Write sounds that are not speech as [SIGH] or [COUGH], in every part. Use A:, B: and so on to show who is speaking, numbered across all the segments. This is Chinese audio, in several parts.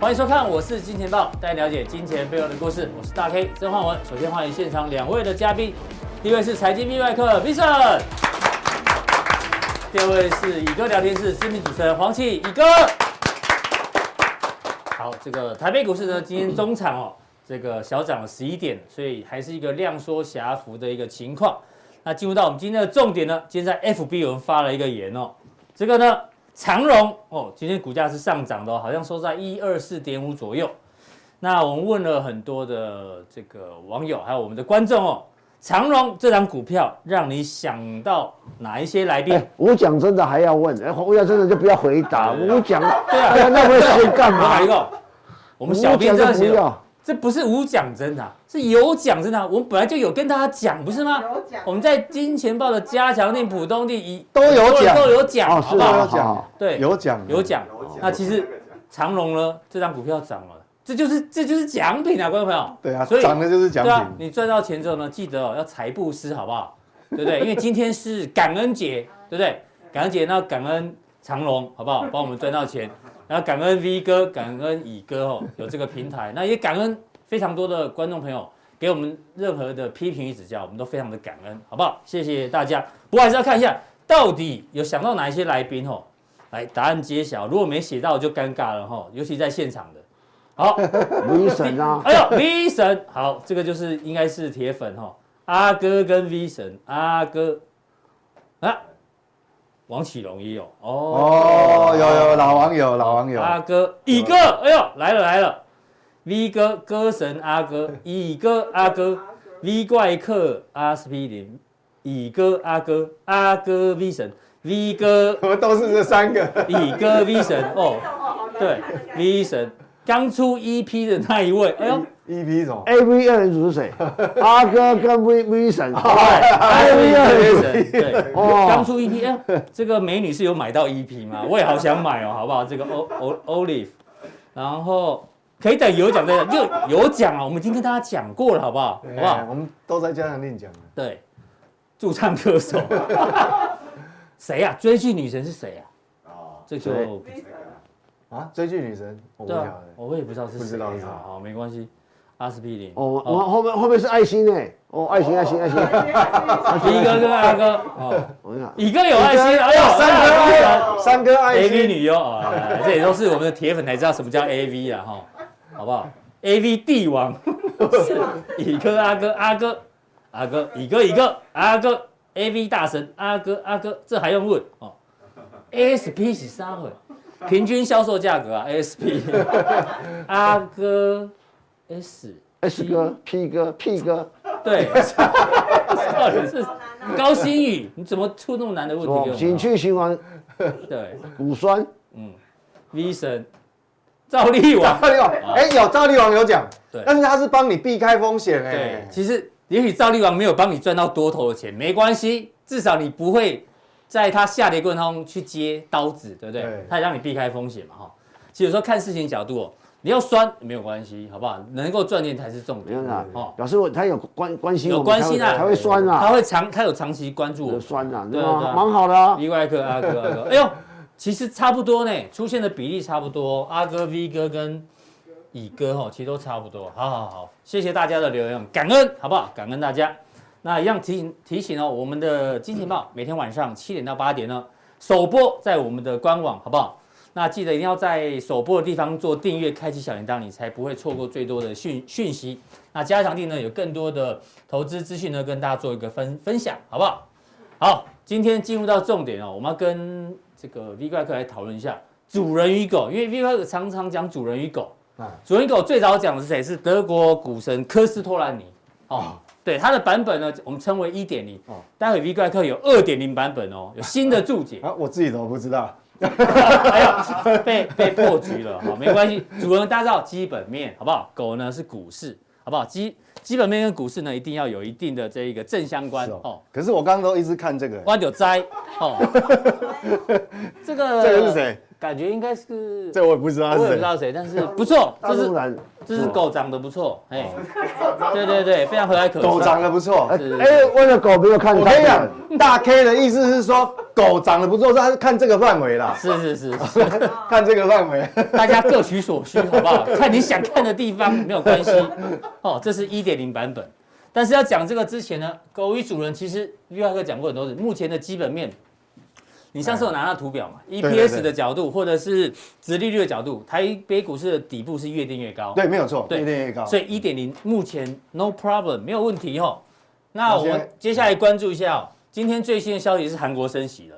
A: 欢迎收看，我是金钱豹，带你了解金钱背后的故事。我是大 K 曾焕文。首先欢迎现场两位的嘉宾，第一位是财经 B 外客 Vincent，第二位是乙哥聊天室知名主持人黄启乙哥。好，这个台北股市呢，今天中场哦，这个小涨了十一点，所以还是一个量缩狭幅的一个情况。那进入到我们今天的重点呢，今天在 FB 有人发了一个言哦，这个呢长荣哦，今天股价是上涨的、哦，好像收在一二四点五左右。那我们问了很多的这个网友，还有我们的观众哦，长荣这张股票让你想到哪一些来宾？
B: 哎，我讲真的还要问，哎，我要真的就不要回答。
A: 对啊
B: 我讲，
A: 对啊
B: 哎呀那我要去干
A: 我
B: 嘛
A: 哪一？个？哎我们小
B: 我
A: 编这样
B: 讲就不
A: 写哦，
B: 要。
A: 这不是无奖真的啊、是有奖真的啊、我们本来就有跟大家讲，不是吗？
C: 有奖
A: 我们在金钱豹的加强店、浦东地一
D: 都有
A: 很多人
D: 奖
A: 都有奖，
B: 哦
A: 好
B: 是
A: 不
B: 啊
A: 好？
D: 有奖，
A: 对，
D: 有奖，
A: 有奖。那其实长荣呢，这张股票涨了，这就是这就是奖品啊，观众朋友。
D: 对啊，
A: 所以
D: 涨的就是奖
A: 对啊，
D: 品。
A: 你赚到钱之后呢，记得哦要财布施，好不好？对不对？因为今天是感恩节，对不对？感恩节那感恩长荣，好不好？帮我们赚到钱，然后感恩 V 哥，感恩乙哥哦，有这个平台，那也感恩非常多的观众朋友给我们任何的批评与指教，我们都非常的感恩，好不好？谢谢大家。不过还是要看一下到底有想到哪一些来宾哦。来，答案揭晓。如果没写到就尴尬了哈，尤其在现场的。好，
B: 无神啊，
A: 哎呦，V 神，好，这个就是应该是铁粉哈、阿哥跟 V 神，阿哥啊，王启龙也有哦，
D: 哦，有有老网友，老网友，
A: 阿哥，乙哥，哎呦，来了来了，V 哥歌神阿哥，乙哥阿哥，V 怪客阿司匹林，乙哥阿哥，阿哥 V 神，V 哥
D: 我们都是这
A: [LAUGHS]
D: 三个。
A: 乙哥 V 神哦，对，V 神刚出 EP 的那一位，哎呦。
D: 一 E P 总，
B: A V 二人组是
A: [LAUGHS]
B: 谁？阿哥跟 V V 神，
A: 对
B: 哎 V
A: ，Iron 对，
B: 哦
A: 刚出 EP，哎，这个美女是有买到 EP 吗？我也好想买哦，好不好？这个 O O Olive，然后可以等有奖再讲，就有奖啊，我们已经跟大家讲过了，好不好？好不
D: 哎
A: 好？
D: 我们都在加强令讲的。
A: 对，驻唱歌手，谁呀？追剧女神是谁呀？
D: 哦，
A: 这就
B: 谁
D: 啊，追剧女神，我不
A: 对啊
D: 晓，得。
A: 我也不知道是谁啊，
D: 不知道是谁
A: 好，好没关系，阿司匹林，
B: 哦，我我后面后面是爱心呢，哦，爱心爱心爱心，
A: 一哥跟二哥，哦，
B: 我看
A: 乙哥有爱心，哎呦，
D: 三
A: 哎
D: 哥
A: 呀
D: 爱心，三哥爱
A: A V
D: 心，
A: 女优啊，来来来这也都是我们的铁粉才知道什么叫 A V 啊，哈，好不好？A V 帝王， [LAUGHS] 乙哥阿哥阿哥阿哥乙哥乙哥阿哥 A V 大神阿哥阿哥，这还用问哦？A S P 是啥会？平均销售价格啊，A S P，阿哥 S
B: S 哥 P 哥 P 哥，
A: 对，到底是高新宇？你怎么出那么难的问
B: 什
A: 题给我
B: 么
A: 们？
B: 景气哦循环
A: 对
B: 乳酸，
A: ，V 神赵丽王。啊
D: 赵丽王，哎，有赵丽王有奖，
A: 对
D: 但是他是帮你避开风险
A: 对
D: 哎，。
A: 其实也许赵丽王没有帮你赚到多头的钱，没关系，至少你不会在它下跌过程中去接刀子，对不对
D: 对？
A: 它也让你避开风险嘛，哈。其实有时候看事情角度哦，你要酸没有关系，好不好？能够赚钱才是重
B: 没
A: 点
B: 有啦
A: 哦，。
B: 表示我他有关关心我
A: 有
B: 们，
A: 关心啊
B: 才会才会酸
A: 他
B: 啊，
A: 会长，他有长期关注我
B: 有
A: 们，
B: 酸啊，
A: 对
B: 对
A: 啊对
B: 吗？
A: 啊
B: 蛮好的啊，
A: 例外客阿哥阿哥，哎呦，其实差不多呢，出现的比例差不多，阿哥 V 哥跟乙哥哈，其实都差不多。好好好，谢谢大家的留言，感恩好不好？感恩大家。那一样提醒提醒哦，我们的金钱豹每天晚上七点到八点呢，首播在我们的官网，好不好？那记得一定要在首播的地方做订阅，开启小铃铛，你才不会错过最多的讯讯息。那加强地呢有更多的投资资讯呢，跟大家做一个分分享，好不好？好，今天进入到重点哦，我们要跟这个 V 怪客来讨论一下主人与狗，因为 V 怪客常常讲主人与狗。
D: 啊
A: 主人与狗最早讲的是谁？是德国股神科斯托兰尼。哦，对，它的版本呢，我们称为一点零
D: 哦。
A: 待会 V 怪客有二点零版本哦，有新的注
D: [LAUGHS]
A: 解，
D: 啊，我自己怎么不知道？
A: 哎呀， [LAUGHS] 被被破局了，好，没关系。主人大家知道基本面好不好？狗呢是股市，好不好？基基本面跟股市呢一定要有一定的这一个正相关
D: 是
A: 哦
D: 哦。，可是我刚刚都一直看这个，
A: 我就知哦。这个
D: 这个是谁？
A: 感觉应该是，
D: 这我也不知道
A: 我
D: 是
A: 也不知
D: 谁。
A: 道谁，但是不错，
B: 大
A: 这
B: 陆
A: 是
B: 人，
A: 这只狗长得不错，哎，对对对，非常和蔼可亲。
D: 哦狗长得不错
B: 哎，，
A: 是是
B: 哎，我的狗没有看
D: 我
B: 大
D: 跟你
B: 陆人，
D: 讲，大 K 的意思是说狗长得不错，他是看这个范围啦，
A: 是是
D: [LAUGHS]
A: 是是，
D: 看这个范围。
A: 大家各取所需，好不好？ [LAUGHS] 看你想看的地方没有关系。哦，这是一点零版本。但是要讲这个之前呢，狗与主人其实 V 大哥讲过很多次，目前的基本面，你上次有拿到图表嘛
D: 对
A: ？EPS 的角度或者是殖利率的角度，台北股市的底部是越垫越高。
D: 对，没有错，
A: 对
D: 越垫越高。
A: 所以一点零目前 no problem 没有问题哦。那我
D: 那现
A: 们
D: 在
A: 接下来关注一下、哦，今天最新的消息是韩国升息了，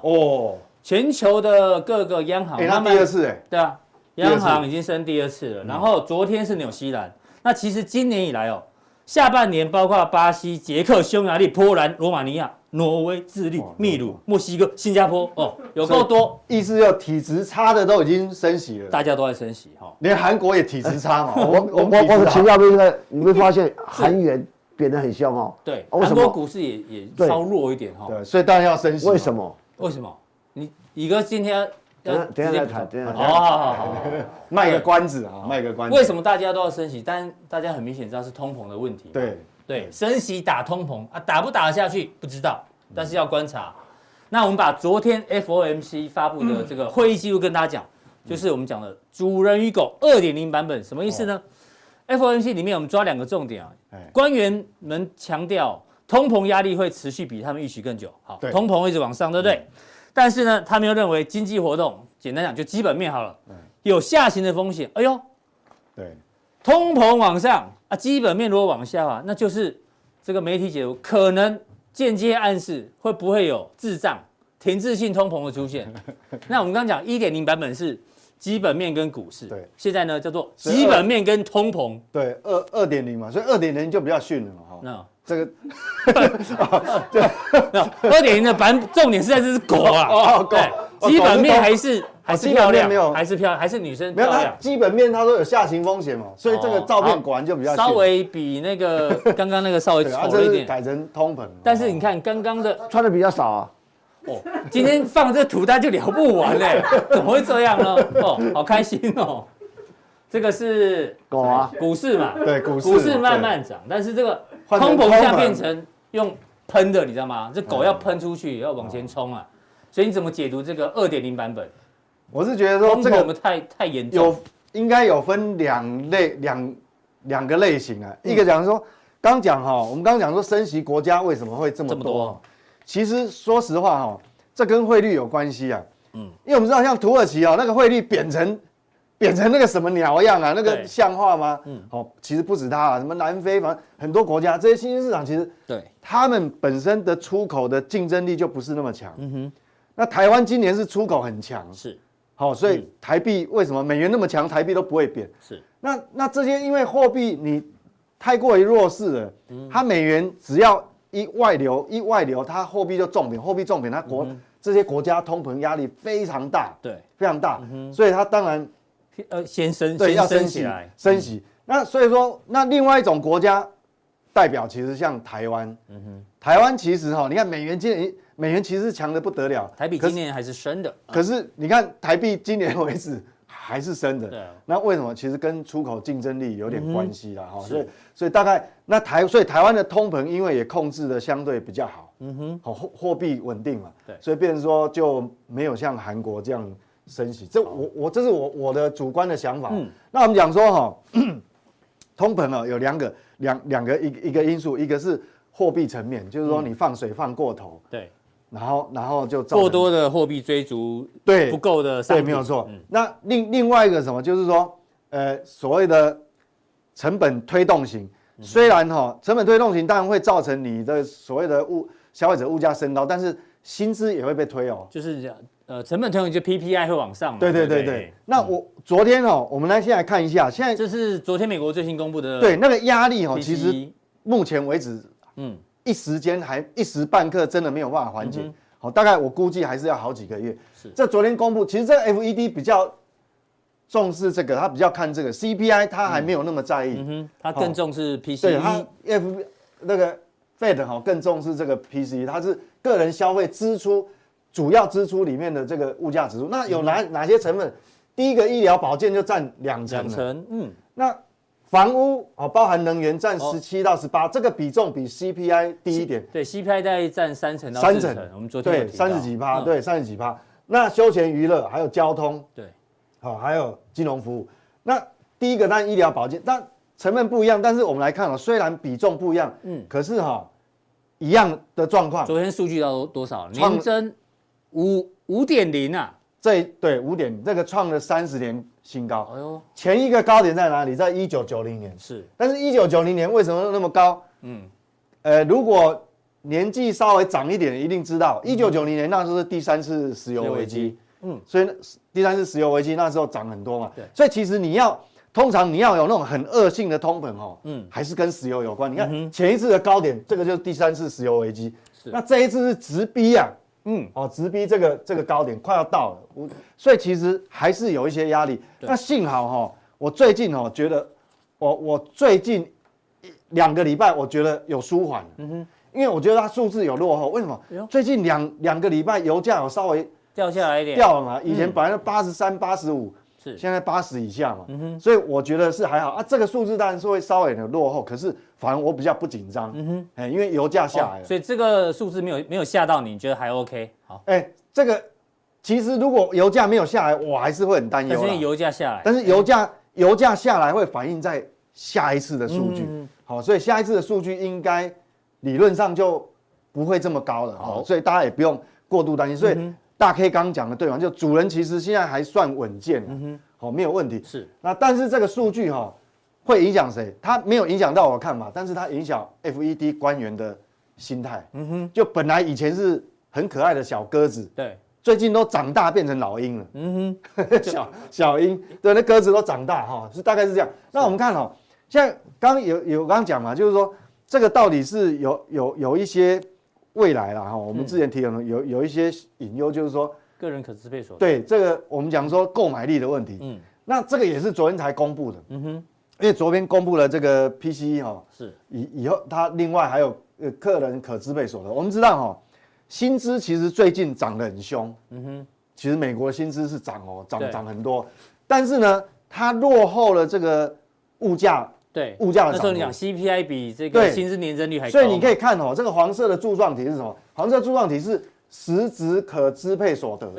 D: 哦，
A: 全球的各个央行
D: 哎，那
A: 慢
D: 第
A: 慢
D: 二次哎，
A: 对啊，
D: 第二次
A: 央行已经升第二次了，
B: 嗯
A: 然后昨天是纽西兰，那其实今年以来哦，下半年包括巴西、捷克、匈牙利、波兰、罗马尼亚、挪威、智利
D: 哇、
A: 秘鲁、墨西哥、新加坡哦，有够
D: 所以
A: 多，
D: 意思要体质差的都已经升息了，
A: 大家都在升息哈、哦。
D: 连韩国也体质差嘛。
B: 我我我我请
D: 要
B: 教一个，你会发现韩元贬得很凶哦，
A: 对，
B: 为
A: 韩
B: 什
A: 国
B: 么
A: 股市也也
B: 对
A: 稍弱一点哈、哦。
D: 对，所以当然要升息嘛。
B: 为什么？
A: 为什么？你宇哥今天要
B: 等一下等一下
A: 直接
B: 再
A: 补
B: 谈，
A: 充
B: 等一下
A: 哦，
B: 再谈。
A: 好好好好好。
D: 卖个关子啊，卖个关子。
A: 为什
D: 么？
A: 么大家都要升息？但大家很明显知道是通膨的问题。
D: 对，
A: 对，升息打通膨啊，打不打得下去不知道，但是要观察。那我们把昨天 FOMC 发布
D: 嗯
A: 的这个会议记录跟大家讲，就是我们讲的主人与狗二点零版本，什么意思呢、f o m c 里面我们抓两个重点啊
D: 哦哎，
A: 官员们强调通膨压力会持续比他们预期更久，好，
D: 对嗯
A: 通膨会一直往上，对不对？但是呢，他们又认为经济活动，简单讲就基本面好了，
D: 嗯
A: 有下行的风险。哎呦，
D: 对，
A: 通膨往上啊，基本面如果往下啊，那就是这个媒体解读可能间接暗示会不会有滞胀、停滞性通膨的出现。那我们刚刚讲一点零版本是基本面跟股市，
D: 对，
A: 现在呢叫做
D: 所以二
A: 基本面跟通膨。
D: 对，二二点零嘛，所以二点零就比较逊了嘛哈。
A: 那
D: 这个 [LAUGHS] 哦
A: 那二点零的版重点是在这只狗啊，
D: 哦哦狗
A: 对
D: 哦
A: 基
D: 狗
A: 本
D: 是
A: 面
D: 通
A: 还是还是
D: 基本
A: 漂
D: 面没有
A: 亮，还是漂亮，还是女生
D: 没有，
A: 漂
D: 它
A: 亮。
D: 基本面它都有下行风险嘛，所以这个
A: 哦好
D: 照片果然就比较逊
A: 稍微比那个刚刚那个稍微
D: 对啊，
A: 丑
D: 这
A: 了一
D: 是
A: 点，
D: 改成通膨。
A: 但是你看刚刚的
B: 穿的比较少啊，
A: 哦，今天放这图大家就聊不完嘞，怎么会这样呢？哦，好开心哦。这个是
B: 狗啊，
A: 股市嘛，
D: 对股市
A: 股市慢慢涨，但是这个
D: 换成
A: 通膨下
D: 通膨
A: 变成用喷的，你知道吗？这狗要喷出
D: 嗯
A: 去，要往前冲啊。所以你怎么解读这个二点零版本？
D: 我是觉得说
A: 通
D: 这
A: 膨我
D: 个
A: 们太太严重，
D: 有应该有分两类两两个类型啊，一个讲说刚讲哈，我们刚讲说升息国家为什么会这么
A: 这么多
D: 多？其实说实话哈，这跟汇率有关系啊。嗯，因为我们知道像土耳其啊，那个汇率贬成贬成那个什么鸟样啊，那
A: 对
D: 个像话吗？
A: 嗯
D: 嗯，哦，其实不止它啊，什么南非，反正很多国家这些新兴市场其实
A: 对，
D: 他们本身的出口的竞争力就不是那么强。嗯哼，那台湾今年是出口很强，
A: 是
D: 好、所
A: 嗯
D: 以台币为什么美元那么强，台币都不会贬？
A: 是，
D: 那那这些因为货币你太过于弱势了，
A: 嗯
D: 它美元只要一外流，一外流，它货币就重贬，货币重贬，它国、这些国家通膨压力非常大，
A: 嗯对，
D: 非常大，所以它当然
A: 呃，先升，
D: 对要
A: 先
D: 升
A: 升起
D: 息
A: 来，，嗯
D: 升息。那所以说，那另外一种国家代表其实像台湾，
A: 嗯
D: 台湾其实哈，你看美元今年美元其实强的不得了，
A: 台比今年还是升的，
D: 可是你看台币今年 [LAUGHS] 为止还是升
A: 对啊嗯
D: 的，那为什么？其实跟出口竞争力有点关系啦，哈、所以所以大概那台所以台湾的通膨因为也控制的相对比较好，嗯哼，好货货币稳定嘛，
A: 对
D: 所以变成说就没有像韩国这样升息，这我我这是我我的主观的想法。
A: 哦嗯
D: 那我们讲说哈、通膨啊、有两个两两个一个一个因素，一个是货币层面，就是
A: 嗯
D: 说你放水放过头，
A: 对，
D: 然后然后就造成
A: 过多的货币追逐
D: 对
A: 不够的商
D: 对，
A: 品，
D: 没有错
A: 嗯。
D: 那另另外一个什么，就是说，呃，所谓的成本推动型，虽然哈、成本推动型当然会造成你的所谓的物消费者物价升高，但是薪资也会被推哦。
A: 就是这样呃，成本推动就 PPI 会往上嘛，
D: 对对
A: 不
D: 对对。那我昨天哦，我们来先来看一下，现在
A: 这是昨天美国最新公布的 E，
D: 对那个压力哦，
A: PCE
D: 其实目前为止
A: 嗯
D: 一时间还一时半刻真的没有办法缓解
A: 嗯哼。
D: 好、大概我估计还是要好几个月。
A: 是
D: 这昨天公布，其实这个 FED 比较重视这个，他比较看这个 CPI，他还没有那么在意。
A: 嗯哼，嗯它更重视 PCE，
D: 哦对他 E，F 那个 Fed 哈、更重视这个 PCE，它是个人消费支出主要支出里面的这个物价指数。那有
A: 嗯
D: 哪、哪些成分？第一个医疗保健就占两成
A: 两
D: 了，
A: 成，嗯，
D: 那房屋哦，包含能源占
A: 哦
D: 十七到十八、这个比重比 CPI 低一点，
A: 对，CPI 大概占三成到
D: 三
A: 四
D: 成
A: 成，我们昨天有
D: 对，
A: 提到
D: 三十几趴，
A: 嗯
D: 对，三十几趴。那休闲娱乐还有交通，
A: 对，
D: 好、还有金融服务。那第一个当然医疗保健，但成分不一样，但是我们来看哦，虽然比重不一样，
A: 嗯
D: 嗯，可是哈、一样的状况，
A: 昨天数据到多多少？
D: 创
A: 年增五五点零啊，
D: 这对五点这个创了三十年新高，
A: 哎呦，
D: 前一个高点在哪里？在一九九零年，
A: 是，
D: 但是一九九零年为什么那么高？
A: 嗯，
D: 呃，如果年纪稍微长一点，一定知道，一九九零年那时候是第三次石油
A: 嗯石
D: 危
A: 油危
D: 机
A: 机，嗯
D: 所以那第三次石油危机那时候涨很多嘛，
A: 对
D: 所以其实你要通常你要有那种很恶性的通膨哦，
A: 嗯
D: 嗯，还是跟石油有关。你看前一次的高点，这个就是第三次石油危机，
A: 是
D: 那这一次是直逼啊，
A: 嗯，
D: 哦，直逼这个这个高点快要到了，我所以其实还是有一些压力。那幸好哈、我最近哦觉得我我最近一两个礼拜我觉得有舒缓，嗯哼，因为我觉得它数字有落后，为什么
A: 哎呦？
D: 最近两两个礼拜油价有稍微
A: 掉下来一点，
D: 掉了嘛，以前本来八十三、八十五，
A: 嗯是，嗯
D: 现在八十以下嘛，所以我觉得是还好啊。这个数字当然是会稍微有点落后，可是反而我比较不紧张，嗯哼，哎，因为油价下来
A: 哦
D: 了，
A: 所以这个数字没有没有吓到你，你觉得还 OK？好，
D: 哎、这个其实如果油价没有下来，我还是会很担
A: 但
D: 忧
A: 是因
D: 啦
A: 为油价下来，
D: 但是油价、油价下来会反映在下一次的数据，
A: 嗯
D: 好，所以下一次的数据应该理论上就不会这么高了，
A: 好
D: 好，嗯所以大家也不用过度担心。所以大 K 刚讲的对嘛，就主人其实现在还算稳健了，好，没有问题。
A: 是
D: 那但是这个数据哈、会影响谁？它没有影响到我的看法，但是它影响 FED 官员的心态。嗯哼，就本来以前是很可爱的小鸽子，
A: 对，
D: 最近都长大变成老鹰了。嗯哼，小小鹰，对，那鸽子都长大哈、是大概是这样。那我们看哦，像刚刚有有刚刚讲嘛，就是说这个到底是有有有一些未来啦哈、我们之前提
A: 嗯
D: 有有有一些隐忧，就是说
A: 个人可支配所得，
D: 对这个我们讲说购买力的问题，
A: 嗯
D: 那这个也是昨天才公布的，
A: 嗯哼，
D: 因为昨天公布了这个 PCE 哈、
A: 是
D: 以以后它另外还有呃客人可支配所得，我们知道哈、薪资其实最近涨得很凶，嗯哼，其实美国薪资是涨哦，
A: 对
D: 涨涨很多，但是呢，它落后了这个物价，
A: 对，
D: 物价的
A: 那时候你
D: 涨
A: 讲 CPI 比这个
D: 对
A: 薪资年增率还高，
D: 所以你可
A: 以
D: 以看哦，这个黄色的柱状体是什么？黄色柱状体是实质可支配所得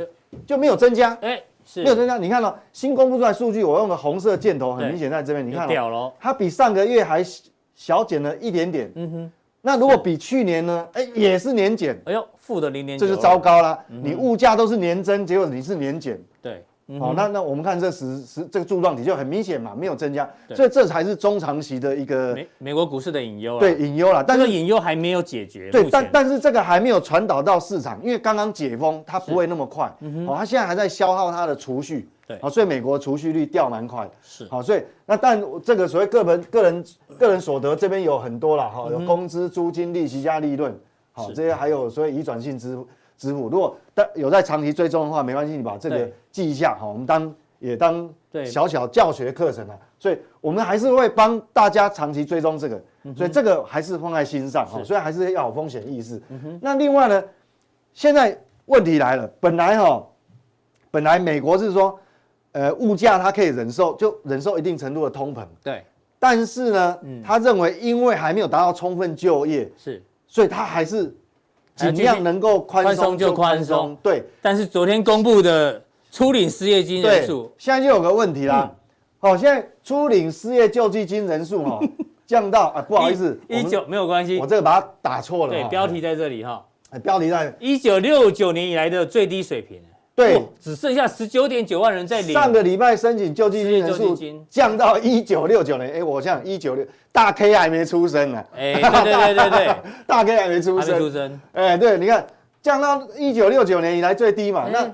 D: 就没有增加，
A: 哎是
D: 没有增加。你看哦，新公布出来数据，我用的红色箭头很
A: 对
D: 明显在这边，你
A: 有
D: 看、哦、
A: 掉了，
D: 它比上个月还小小减了一点点。嗯哼，那如果比去年呢？哎、也是年减，
A: 哎呦负的零点
D: 这
A: 九，
D: 就糟，糕啦。你物价都是年增，结果你是年减。
A: 对，嗯
D: 好、那那我们看这十十这个柱状体就很明显嘛，没有增加，
A: 对
D: 所以这才是中长期的一个
A: 嗯美美国股市的隐忧啦
D: 对，隐忧啦。
A: 这
D: 但
A: 个
D: 是
A: 隐忧还没有解决，
D: 对
A: 目，
D: 但
A: 前
D: 但是这个还没有传导到市场，因为刚刚解封，它不会那么快。好、它现在还在消耗它的储蓄。
A: 对
D: 好、所以美国储蓄率掉蛮快的。
A: 是
D: 好，所以那但这个所谓个人个人个人所得这边有很多啦，
A: 嗯
D: 哈，有工资、租金、利息加利润，好，这些还有所谓移转性支付支付。如果但有在长期追踪的话，没关系，你把这个
A: 对
D: 记一下哈，我们当也当
A: 对
D: 小小教学课程啊，所以我们还是会帮大家长期追踪这个，所以这个还是放在心上哈，所以还嗯是嗯要有风险意识。那另外呢，现在问题来了，本来哈，本来美国是说。呃，物价它可以忍受，就忍受一定程度的通膨。
A: 对
D: 但是呢，他认为因为还没有达到充分就业，
A: 是，
D: 所以他还是尽量能够宽
A: 宽松
D: 松
A: 就
D: 就
A: 宽
D: 宽
A: 松
D: 松。对
A: 但是昨天公布的初领失业金人
D: 对
A: 数，，嗯
D: 现在就有个问题啦。好，现在初领失业救济金人
A: [LAUGHS]
D: 数哈降到啊，不好意思，
A: 一
D: 我们
A: 九没有关系
D: 我，这个把它打错了
A: 对
D: 哈。
A: 标题在这里哈，
D: 哎标题在
A: 一九六九年以来的最低水平，啊
D: 对
A: 哇，只剩下十九点九万人在领，
D: 上个礼拜申请救济金人
A: 失业救
D: 数
A: 济金
D: 降到一九六九年，哎，我想一九六大 K 还没出生呢，
A: 哎，对对对对对，还
D: 大 K 还没 [LAUGHS] 出
A: 没
D: 生
A: 出，生，
D: 哎，对，你看降到一九六九年以来最低嘛，
A: 哎
D: 那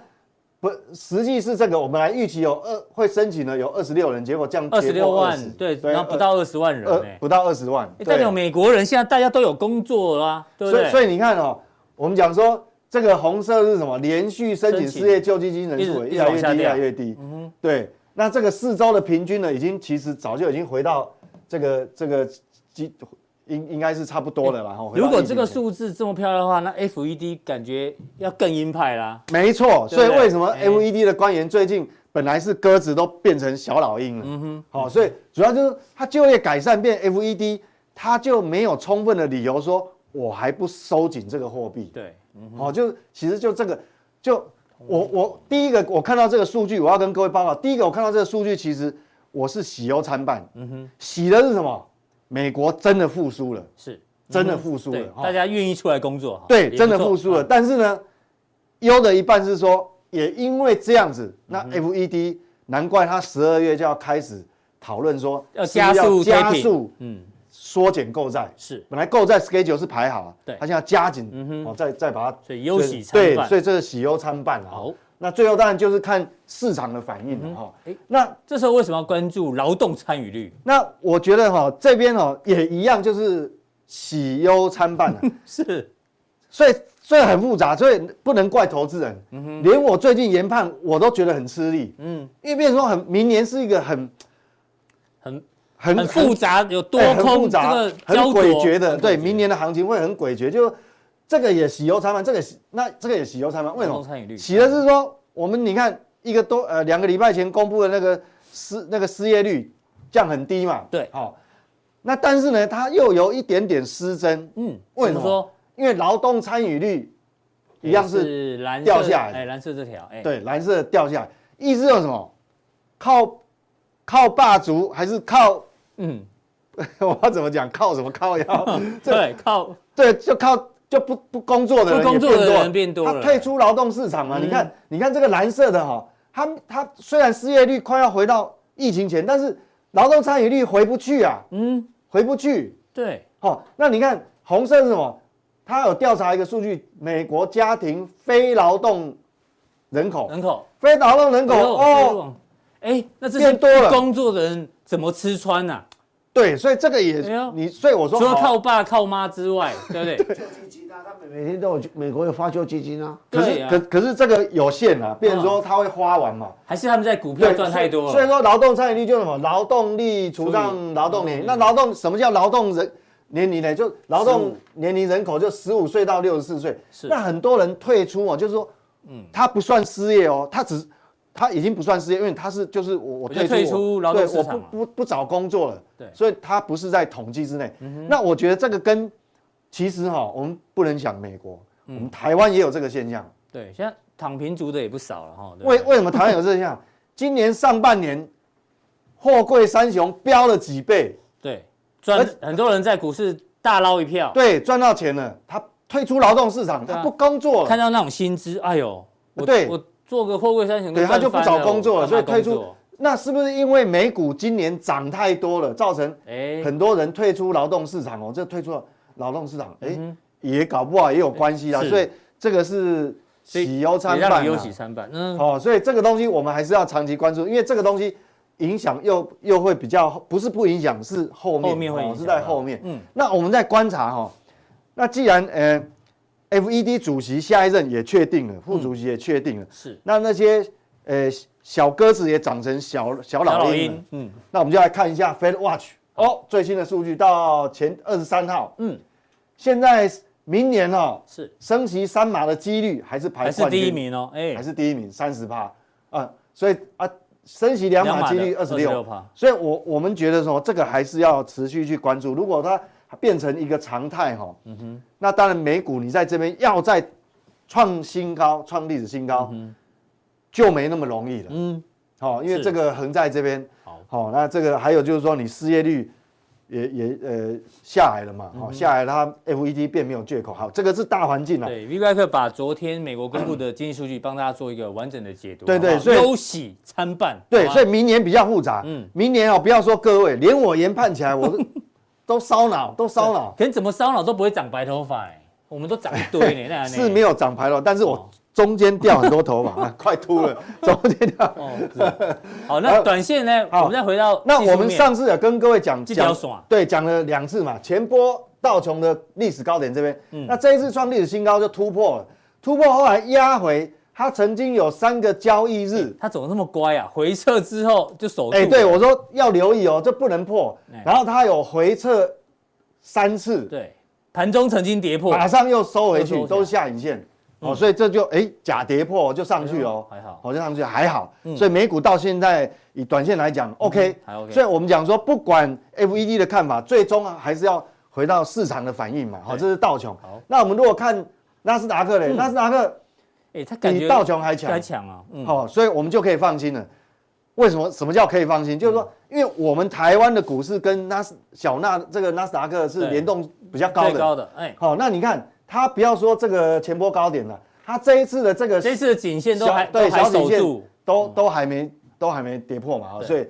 D: 不实际是这个，我们来预期有二会申请的有二十六人，结果降
A: 二十
D: 跌
A: 六
D: 破
A: 万
D: 20，
A: 对，然后不到二十万人
D: 二
A: 哎
D: 二。不到二十万，
A: 欸代表美国人现在大家都有工作啦、对不
D: 所以
A: 对？
D: 所以你看哦，我们讲说这个红色是什么？连续申请
A: 申请
D: 失业救济金人
A: 一直
D: 数
A: 一直
D: 越来
A: 往
D: 越
A: 下
D: 低，越
A: 掉
D: 来越低，嗯对，那这个四周的平均呢，已经其实早就已经回到这个这个基应应该是差不多了吧？哈、回到
A: 哎如果
D: 疫情
A: 这个
D: 前
A: 数字这么漂亮的话，那 FED 感觉要更鹰派啦。
D: 没错，
A: 对不
D: 所
A: 对
D: 以为什么
A: 哎
D: FED 的官员最近本来是鸽子都变成小老鹰了？嗯哼，好、所以主要就是它就业改善变 FED，它就没有充分的理由说我还不收紧这个货币。
A: 对，
D: 好、哦就其实就这个，就我我第一个我看到这个数据，我要跟各位报告，第一个我看到这个数据，其实我是喜忧参半。嗯哼，喜的是什么？美国真的复苏了，
A: 是
D: 真的复苏了
A: 嗯对，，
D: 哈
A: 大家愿意出来工作哈。也
D: 对，
A: 不
D: 真的
A: 错
D: 复苏了。
A: 啊
D: 但是呢，优的一半是说，也因为这样子，那
A: 嗯
D: FED 难怪它十二月就要开始讨论说，
A: 要
D: 是不是
A: 加速
D: 加
A: tapering
D: 速
A: 嗯，
D: 缩减购债。
A: 是，
D: 本来购债 schedule 是排好了，
A: 对嗯
D: 它现在加紧，
A: 哼
D: 哦，再再把它，
A: 所以忧喜参
D: 对，
A: 半
D: 所以这是喜忧参半啊。
A: 好嗯
D: 那最后当然就是看市场的反应啊了哈
A: 诶。
D: 那
A: 这时候为什么要关注劳动参与率？
D: 那我觉得哈，这边哦也一样，就是喜忧
A: [LAUGHS]
D: 参半啊。
A: 是
D: 所以所以很复杂，所以不能怪投资人。
A: 嗯
D: 连我最近研判，我都觉得很吃力。嗯，因为变成说很明年是一个很
A: 很
D: 很
A: 很复杂，有多
D: 对很
A: 空
D: 复
A: 这
D: 杂、
A: 个
D: 很
A: 焦灼
D: 诡谲的。
A: 很诡
D: 对，
A: 谲
D: 明年的行情会很诡谲，就这个也喜忧参半，这个喜那这个也喜忧参半。为什
A: 劳动参与率
D: 么？喜的是说我们你看一个多呃两个礼拜前公布的那个失那个失业率降很低嘛。
A: 对
D: 好、那但是呢，它又有一点点失真。
A: 嗯，为
D: 为什
A: 什么
D: 么
A: 说
D: 因为劳动参与率一样是
A: 也蓝色
D: 掉下来的
A: 哎，蓝色这条，哎，，
D: 对，蓝色的掉下来，意思有什么？靠靠霸族还是靠？ [LAUGHS]
A: 嗯，
D: 我要怎么讲？靠什么
A: [LAUGHS]
D: 靠呀？
A: 对，靠
D: 对，就靠就不不工作的人
A: 不工作
D: 也
A: 的
D: 多
A: 人变多了嗯
D: 他退出劳动市场嘛。你看，你看这个蓝色的哈、他他虽然失业率快要回到疫情前，但是劳动参与率回不去啊，
A: 嗯，
D: 回不去。
A: 对，
D: 哦，那你看红色是什么？他有调查一个数据，美国家庭非劳动人口，
A: 人口
D: 非劳动人口
A: 嗯哎呦
D: 哦
A: 这，种哎，那这些
D: 变多了
A: 不工作的人怎么吃穿呐？
D: 对，所以这个也、
A: 哎呦
D: 你，所以我说
A: 除了
D: 好
A: 靠爸靠妈之
D: [LAUGHS]
A: 外，对不对？
B: 救济金啊，他们每天都有美国有发救济金啊，
D: 可
A: 对嗯
D: 是、
A: 呀
D: 可，可是这个有限啊，变成说它会花完嘛，
A: 还是他们在股票赚太多
D: 所以所以
A: 了，
D: 说劳动参与率就是什么，劳动力除
A: 除
D: 上劳动
A: 嗯
D: 年龄。那劳动什么叫劳动人年龄呢？就劳动年龄人口就十五岁到六十四岁。
A: 是
D: 那很多人退出哦，就是说，嗯，他不算失业哦，他只他已经不算失业，因为他是就是我我
A: 就退
D: 退出我
A: 出劳动
D: 对
A: 市场
D: 我
A: 了
D: 不不不找工作了。
A: 对嗯
D: 所以他不是在统计之内。那我觉得这个跟其实哈、我们不能讲美国，
A: 嗯
D: 我们台湾也有这个现象。
A: 对，现在躺平族的也不少了哈。对不啊
D: 为
A: 对
D: 为什么台湾有这现
A: [LAUGHS]
D: 象？今年上半年，货柜三雄飙了几倍，
A: 对赚
D: 而且
A: 很多人在股市大捞一票，
D: 对，赚到钱了，他退出劳动市场，
A: 对啊
D: 他不工作
A: 看
D: 了，
A: 到那种薪资，哎呦，我
D: 哦对
A: 我做个货柜三雄都
D: 对，他
A: 赚
D: 就不
A: 翻
D: 找
A: 了
D: 工作了，
A: 我干
D: 所以
A: 嘛
D: 退
A: 工
D: 出
A: 作。
D: 那是不是因为美股今年涨太多了，造成
A: 哎，
D: 很多人退出劳动市场哦？这退出劳动市场，哎，也搞不好也有关系啦，
A: 嗯是
D: 所以这个是
A: 所以
D: 喜忧参
A: 也让
D: 半啊
A: 你
D: 啦
A: 忧。喜参半。嗯，
D: [LAUGHS] 哦，所以这个东西我们还是要长期关注，因为这个东西影响又又会比较不是不影响，是后面
A: 后面会影
D: 哦
A: 响
D: 是在
A: 到
D: 后面。
A: 嗯
D: 嗯，那我们在观察哈、哦，那既然呃，FED 主席下一任也确定了，副主席也确定了，
A: 是
D: 那那些呃小鸽子也长成小小老鹰啊了，
A: 嗯
D: 那我们就来看一下 Fed Watch 哦，最新的数据到前二十三号，
A: 嗯，
D: 现在明年哈、哦、
A: 是
D: 升息三码的几率还是排
A: 还是
D: 冠军
A: 第一名哦，哎
D: 还，是第一名，三十趴啊，所以啊，升息两码几率二十
A: 26
D: 六
A: 趴，
D: 所以我我们觉得说这个还是要持续去关注。如果它变成一个常态哈，嗯哼，那当然美股你在这边要再创新高、创历史新高，就没那么容易了，
A: 嗯，
D: 哦，因为
A: 是
D: 这个横在这边，
A: 好，
D: 好、那这个还有就是说你失业率也也呃下来了嘛，好、下来它 FED 变没有借口，好，这个是大环境啊，
A: 对，V 怪客把昨天美国公布的经济数据帮大家做一个完整的解读，
D: 对对
A: 好不好
D: 所以
A: 忧喜参半，
D: 对，
A: 好吧
D: 所以明年比较复杂。嗯，明年哦，不要说各位，连我研判起来，我都 [LAUGHS] 都烧脑，都烧脑，
A: 可能怎么烧脑都不会长白头发，哎，我们都长一堆
D: [LAUGHS]
A: 呢，那样呢
D: 是没有长牌了，但是
A: 哦
D: 我中间掉很多
A: [LAUGHS]
D: 头发，啊快秃了，中间掉。
A: 哦，是好，那短线呢，我
D: 呃好
A: 们再回到
D: [LAUGHS] 那
A: 技术
D: 我们
A: 面
D: 上次有跟各位讲
A: 这条
D: 讲
A: 线，
D: 对，讲了两次嘛，前波道琼的历史高点这边，
A: 嗯
D: 那这一次创历史新高就突破了，突破后来压回，它曾经有三个交易日。哎
A: 他怎么那么乖啊？回撤之哎后就守住了，哎
D: 哎、对我说要留意哦，这不能破。然后它有回撤三次，
A: 对，盘中曾经跌破，
D: 马上又收回
A: 又
D: 去，
A: 收啊
D: 都是下影线。哦，所以这就哎假跌破就上去哦，
A: 嗯还好嗯
D: 哦就上去还好。所以美股到现在以短线来讲，OK，
A: 还 OK
D: 所以我们讲说，不管 FED 的看法，最终啊还是要回到市场的反应嘛。好，
A: 对
D: 这是道琼
A: 好。
D: 那我们如果看纳斯达克嘞，纳斯达克
A: 哎、他感
D: 比
A: 觉
D: 道琼还强
A: 该，强啊，嗯，
D: 好，所以我们就可以放心了。为什么？什么叫可以放心？就是
A: 嗯
D: 说，因为我们台湾的股市跟纳斯小纳这个纳斯达克是
A: 对
D: 联动比较高
A: 最
D: 的，
A: 高的，哎、
D: 好、那你看它不要说这个前波高点了，它这一次的这个
A: 这次的颈线都
D: 小
A: 还
D: 对
A: 都还
D: 小
A: 守
D: 颈线
A: 住，
D: 都都还没都还没跌破嘛，哦
A: 对
D: 所以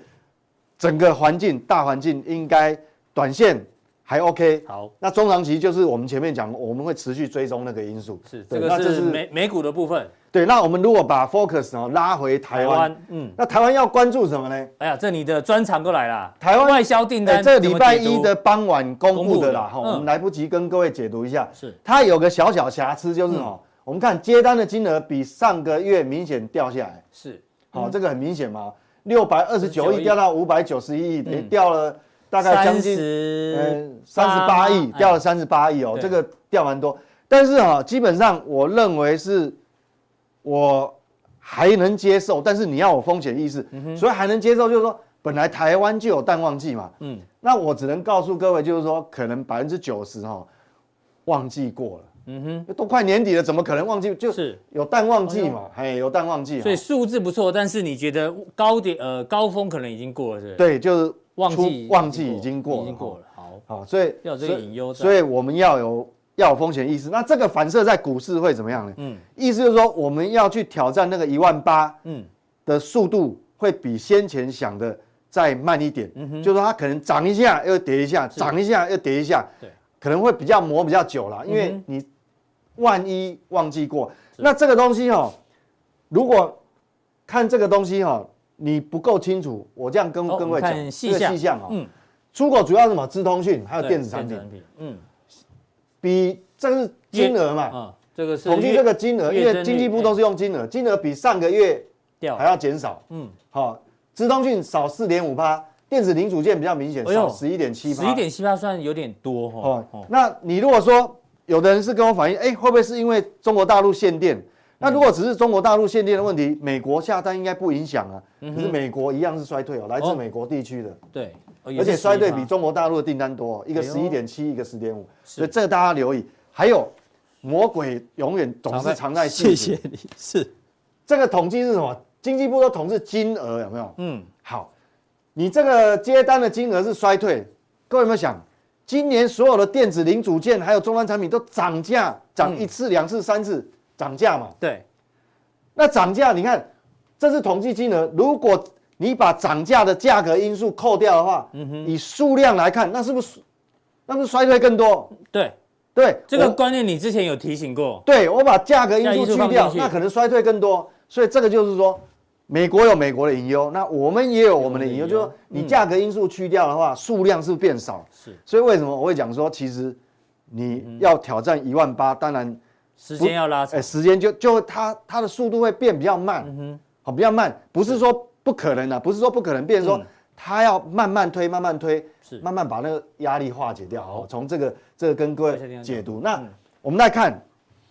D: 整个环境大环境应该短线还 OK。
A: 好，
D: 那中长期就是我们前面讲，我们会持续追踪那个因素。
A: 是这
D: 对
A: 个
D: 那这
A: 是美美股的部分，
D: 对。那我们如果把 focus 哦拉回
A: 台
D: 台湾，
A: 湾，嗯，
D: 那台湾要关注什么呢？
A: 哎呀，这你的专长过来啦，
D: 台湾
A: 外销订
D: 哎
A: 单，
D: 这礼拜一的傍晚公布的啦，哈、
A: 公布的嗯
D: 我们来不及跟各位解读一下。
A: 是
D: 它有个小小瑕疵，就是哦，我们看接单的金额比上个月明显掉下来，
A: 是
D: 好、这个很明显嘛，六百嗯二十九
A: 49
D: 亿嗯掉到五百九十一亿，也掉了大概将
A: 三
D: 近哎
A: 十哎
D: 三十八亿，掉了三十八亿哦，
A: 对
D: 这个掉蛮多。但是哈、基本上我认为是我还能接受，但是你要有风险意识，
A: 嗯
D: 所以还能接受，就是说本来台湾就有淡旺季嘛，
A: 嗯，
D: 那我只能告诉各位，就是说可能百分之九十哈忘记过了。
A: 嗯
D: 都快年底了，怎么可能忘记？就
A: 哼，是。哎
D: 有淡旺季嘛，嘿，有淡旺季。
A: 所以
D: 哈
A: 数字不错，但是你觉得高点呃高峰可能已经过了，是不是？，
D: 对，就是
A: 旺
D: 出
A: 季
D: 旺季已经过了，
A: 已经过
D: 哈。
A: 了。好，
D: 好，所以
A: 要有这个隐忧在
D: 所以我们要有要有风险意识。那这个反射在股市会怎么样呢？
A: 嗯
D: 意思就是说，我们要去挑战那个一万八
A: 嗯，
D: 的速度，会比先前想的再慢一点。
A: 嗯
D: 就是说它可能涨一下又跌一下，涨一下又跌一下，
A: 对，嗯
D: 可能会比较磨比较久啦，因为你万一忘记过，那这个东西哦，如果看这个东西哦，你不够清楚，我这样跟
A: 哦
D: 各
A: 我
D: 位
A: 们
D: 讲，
A: 看细
D: 这个
A: 项
D: 细项哦，
A: 嗯
D: 出口主要是什么？资通讯还有
A: 对
D: 电子产品，
A: 品，嗯
D: 比这个是金额嘛，
A: 嗯，这个是
D: 哎统计这个金额，
A: 月
D: 因
A: 增
D: 为
A: 率哎
D: 经济部都是用金额，金额比上个月
A: 掉
D: 还，要减少，
A: 嗯，
D: 好，资通讯少四点五趴，电子零组件比较明显，
A: 哎呦
D: 少十一点七趴，
A: 十一点七八算有点多
D: 哦
A: 哈。哦，
D: 那你如果说有的人是跟我反映，哎、会不会是因为中国大陆限电？那如果只是中国大陆限电的问题，美国下单应该不影响啊。可是美国一样是衰退哦，来
A: 嗯哦
D: 自美国地区的，
A: 对，哦
D: 而且衰退比。
A: 也是11%
D: 中国大陆的订单多哦、一个
A: 哎呦
D: 十一点七，一个十点五，所以这个大家留意。还有，魔鬼永远总是藏在
A: 谢
D: 细节。
A: 谢你，是，
D: 这个统计是什么？经济部都统计金额有没有？
A: 嗯，
D: 好，你这个接单的金额是衰退，各位有没有想？今年所有的电子零组件还有终端产品都涨价，
A: 嗯
D: 涨一次、两次、三次涨价嘛？
A: 对，
D: 那涨价，你看这是统计金额，如果你把涨价的价格因素扣掉的话，
A: 嗯
D: 以数量来看，那是不是那不是衰退更多？
A: 对，
D: 对，
A: 这个
D: 我
A: 观念你之前有提醒过，
D: 对我把价格因
A: 价格因
D: 素
A: 素
D: 去
A: 放
D: 掉，
A: 进去
D: 那可能衰退更多。所以这个就是说，美国有美国的隐忧，那我们也有我们的隐
A: 有我们的隐忧
D: 忧。就是说，你价格因素去掉的话，数量是不是变少。
A: 是嗯
D: 所以为什么我会讲说，其实你要挑战一万八，当然，
A: 时间要拉
D: 哎，
A: 长，
D: 时间就就它它的速度会变比较慢，
A: 嗯
D: 好，比较慢，不是说不可能啊，不是说不可能，变成说
A: 嗯
D: 它要慢慢推，慢慢推
A: 是，
D: 慢慢把那个压力化解掉。好，从这个这个跟各
A: 外销订
D: 位
A: 单
D: 解读。
A: 嗯
D: 那我们来看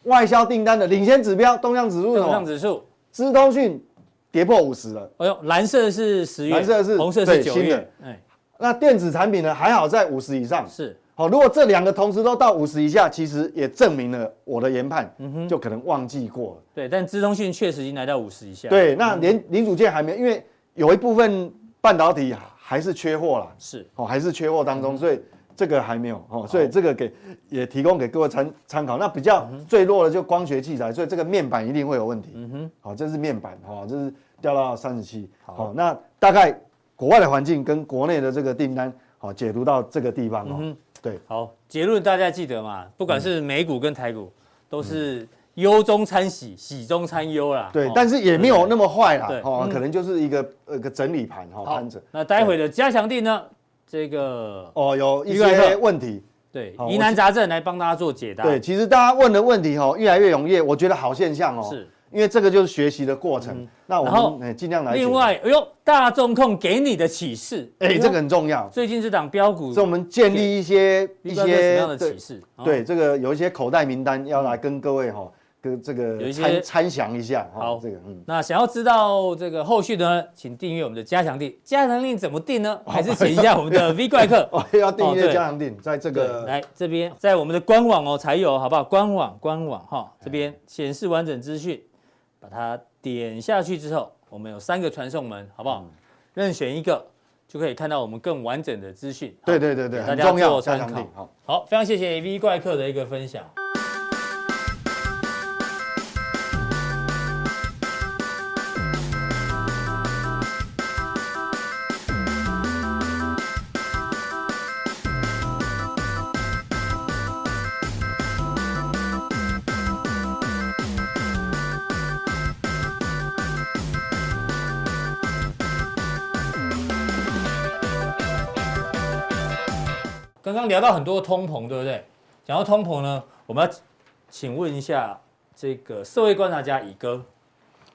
D: 外销订单的领先指标，动向指数是
A: 动
D: 什
A: 向
D: 么？
A: 指数，
D: 资通讯跌破五十了。
A: 哎呦，蓝色是十月，
D: 蓝色是
A: 红色是
D: 对
A: 九
D: 新
A: 月
D: 的，
A: 哎，
D: 那电子产品呢？还好在五十以上。
A: 是
D: 好，如果这两个同时都到五十以下，其实也证明了我的研判，
A: 嗯
D: 就可能忘记过了。
A: 对，但资通讯确实已经来到五十以下，，
D: 对，那连零组件还没，因为有一部分半导体还是缺货啦，
A: 是
D: 哦，还是缺货当
A: 嗯
D: 中，所以这个还没有哦，所以这个给也提供给各位参参考。那比较
A: 嗯
D: 最弱的就光学器材，所以这个面板一定会有问题。嗯哼，好、这是面板哈、哦，这是掉到三十七。好，那大概国外的环境跟国内的这个订单，好、解读到这个地方
A: 嗯
D: 哦。对，
A: 好，结论大家记得嘛？不管是美股跟台股，
D: 嗯
A: 都是忧中参喜，喜中参忧啦。
D: 对，
A: 哦
D: 但是也没有那么坏啦
A: 对，
D: 哦
A: 嗯，
D: 可能就是一个呃个整理盘哈，
A: 好
D: 盘整。，
A: 那待会的加强定呢？这个
D: 哦，有一
A: 另外一
D: 些
A: 个
D: 问题，
A: 对
D: 好
A: 疑难杂症来帮大家做解答。
D: 对，，其实大家问的问题哈、越来越踊跃，我觉得好现象哦。
A: 是，嗯
D: 因为这个就是学习的过程。那我
A: 然后
D: 们哎尽量来学习。
A: 另外，哎呦，大众控给你的启示，
D: 哎，这个很重要，
A: 最近这档标股，
D: 所以我们建立一些一
A: 一些什么
D: 些
A: 样的
D: 对
A: 启示？哦，嗯
D: 对，这个有一些口袋名单要来跟各位哈，跟这
A: 有
D: 个
A: 一些
D: 参参详一下哈。
A: 好
D: 这个嗯，
A: 那想要知道这个后续的呢，请订阅我们的加强定。加强定怎么定呢？还是请一下我们的
D: [LAUGHS]
A: V 怪客。
D: 哦，要订
A: 哦对
D: 阅加强定，在这
A: 对，
D: 个
A: 来这边在我们的官网哦才有，好不好？官网官网哈、
D: 哎
A: 这边显示完整资讯，把它点下去之后，我们有三个传送门，好不好？
D: 嗯
A: 任选一个就可以看到我们更完整的资讯。
D: 对对对对，
A: 给大
D: 很
A: 家
D: 重要
A: 做
D: 加
A: 参
D: 强定
A: 考。
D: 好。
A: 好，非常谢谢 V 怪客的一个分享。刚刚聊到很多通膨，对不对？讲到通膨呢，我们要请问一下这个社会观察家乙哥，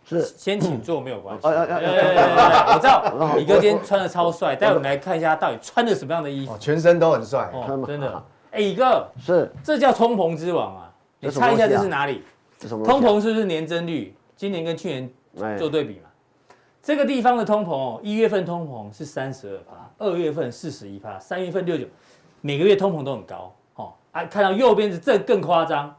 B: 是
A: 先请坐没有关系。
D: 哎
B: 哦
A: 哎
D: 哎
A: 哎
D: 哎
A: 哎
D: 哎
A: 哎哎我知道乙哥今天穿的超帅，带我们来看一下到底穿的什么样的衣服
D: 哦，。全身都很帅，
B: 穿
A: 哦
B: 嘛，
A: 真的，哎，乙哥，
B: 是
A: 这叫通膨之王啊！你
B: 这什么
A: 猜一下
B: 东西
A: 这
B: 啊
A: 是哪里？
B: 这什么
A: 通
B: 东西啊？
A: 膨是不是年增率？今年跟去年
B: 哎
A: 做对比嘛。这个地方的通膨哦，一月份通膨是三十二趴，二月份四十一趴，三月份六九，每个月通膨都很高哦。啊，看到右边是这更夸张，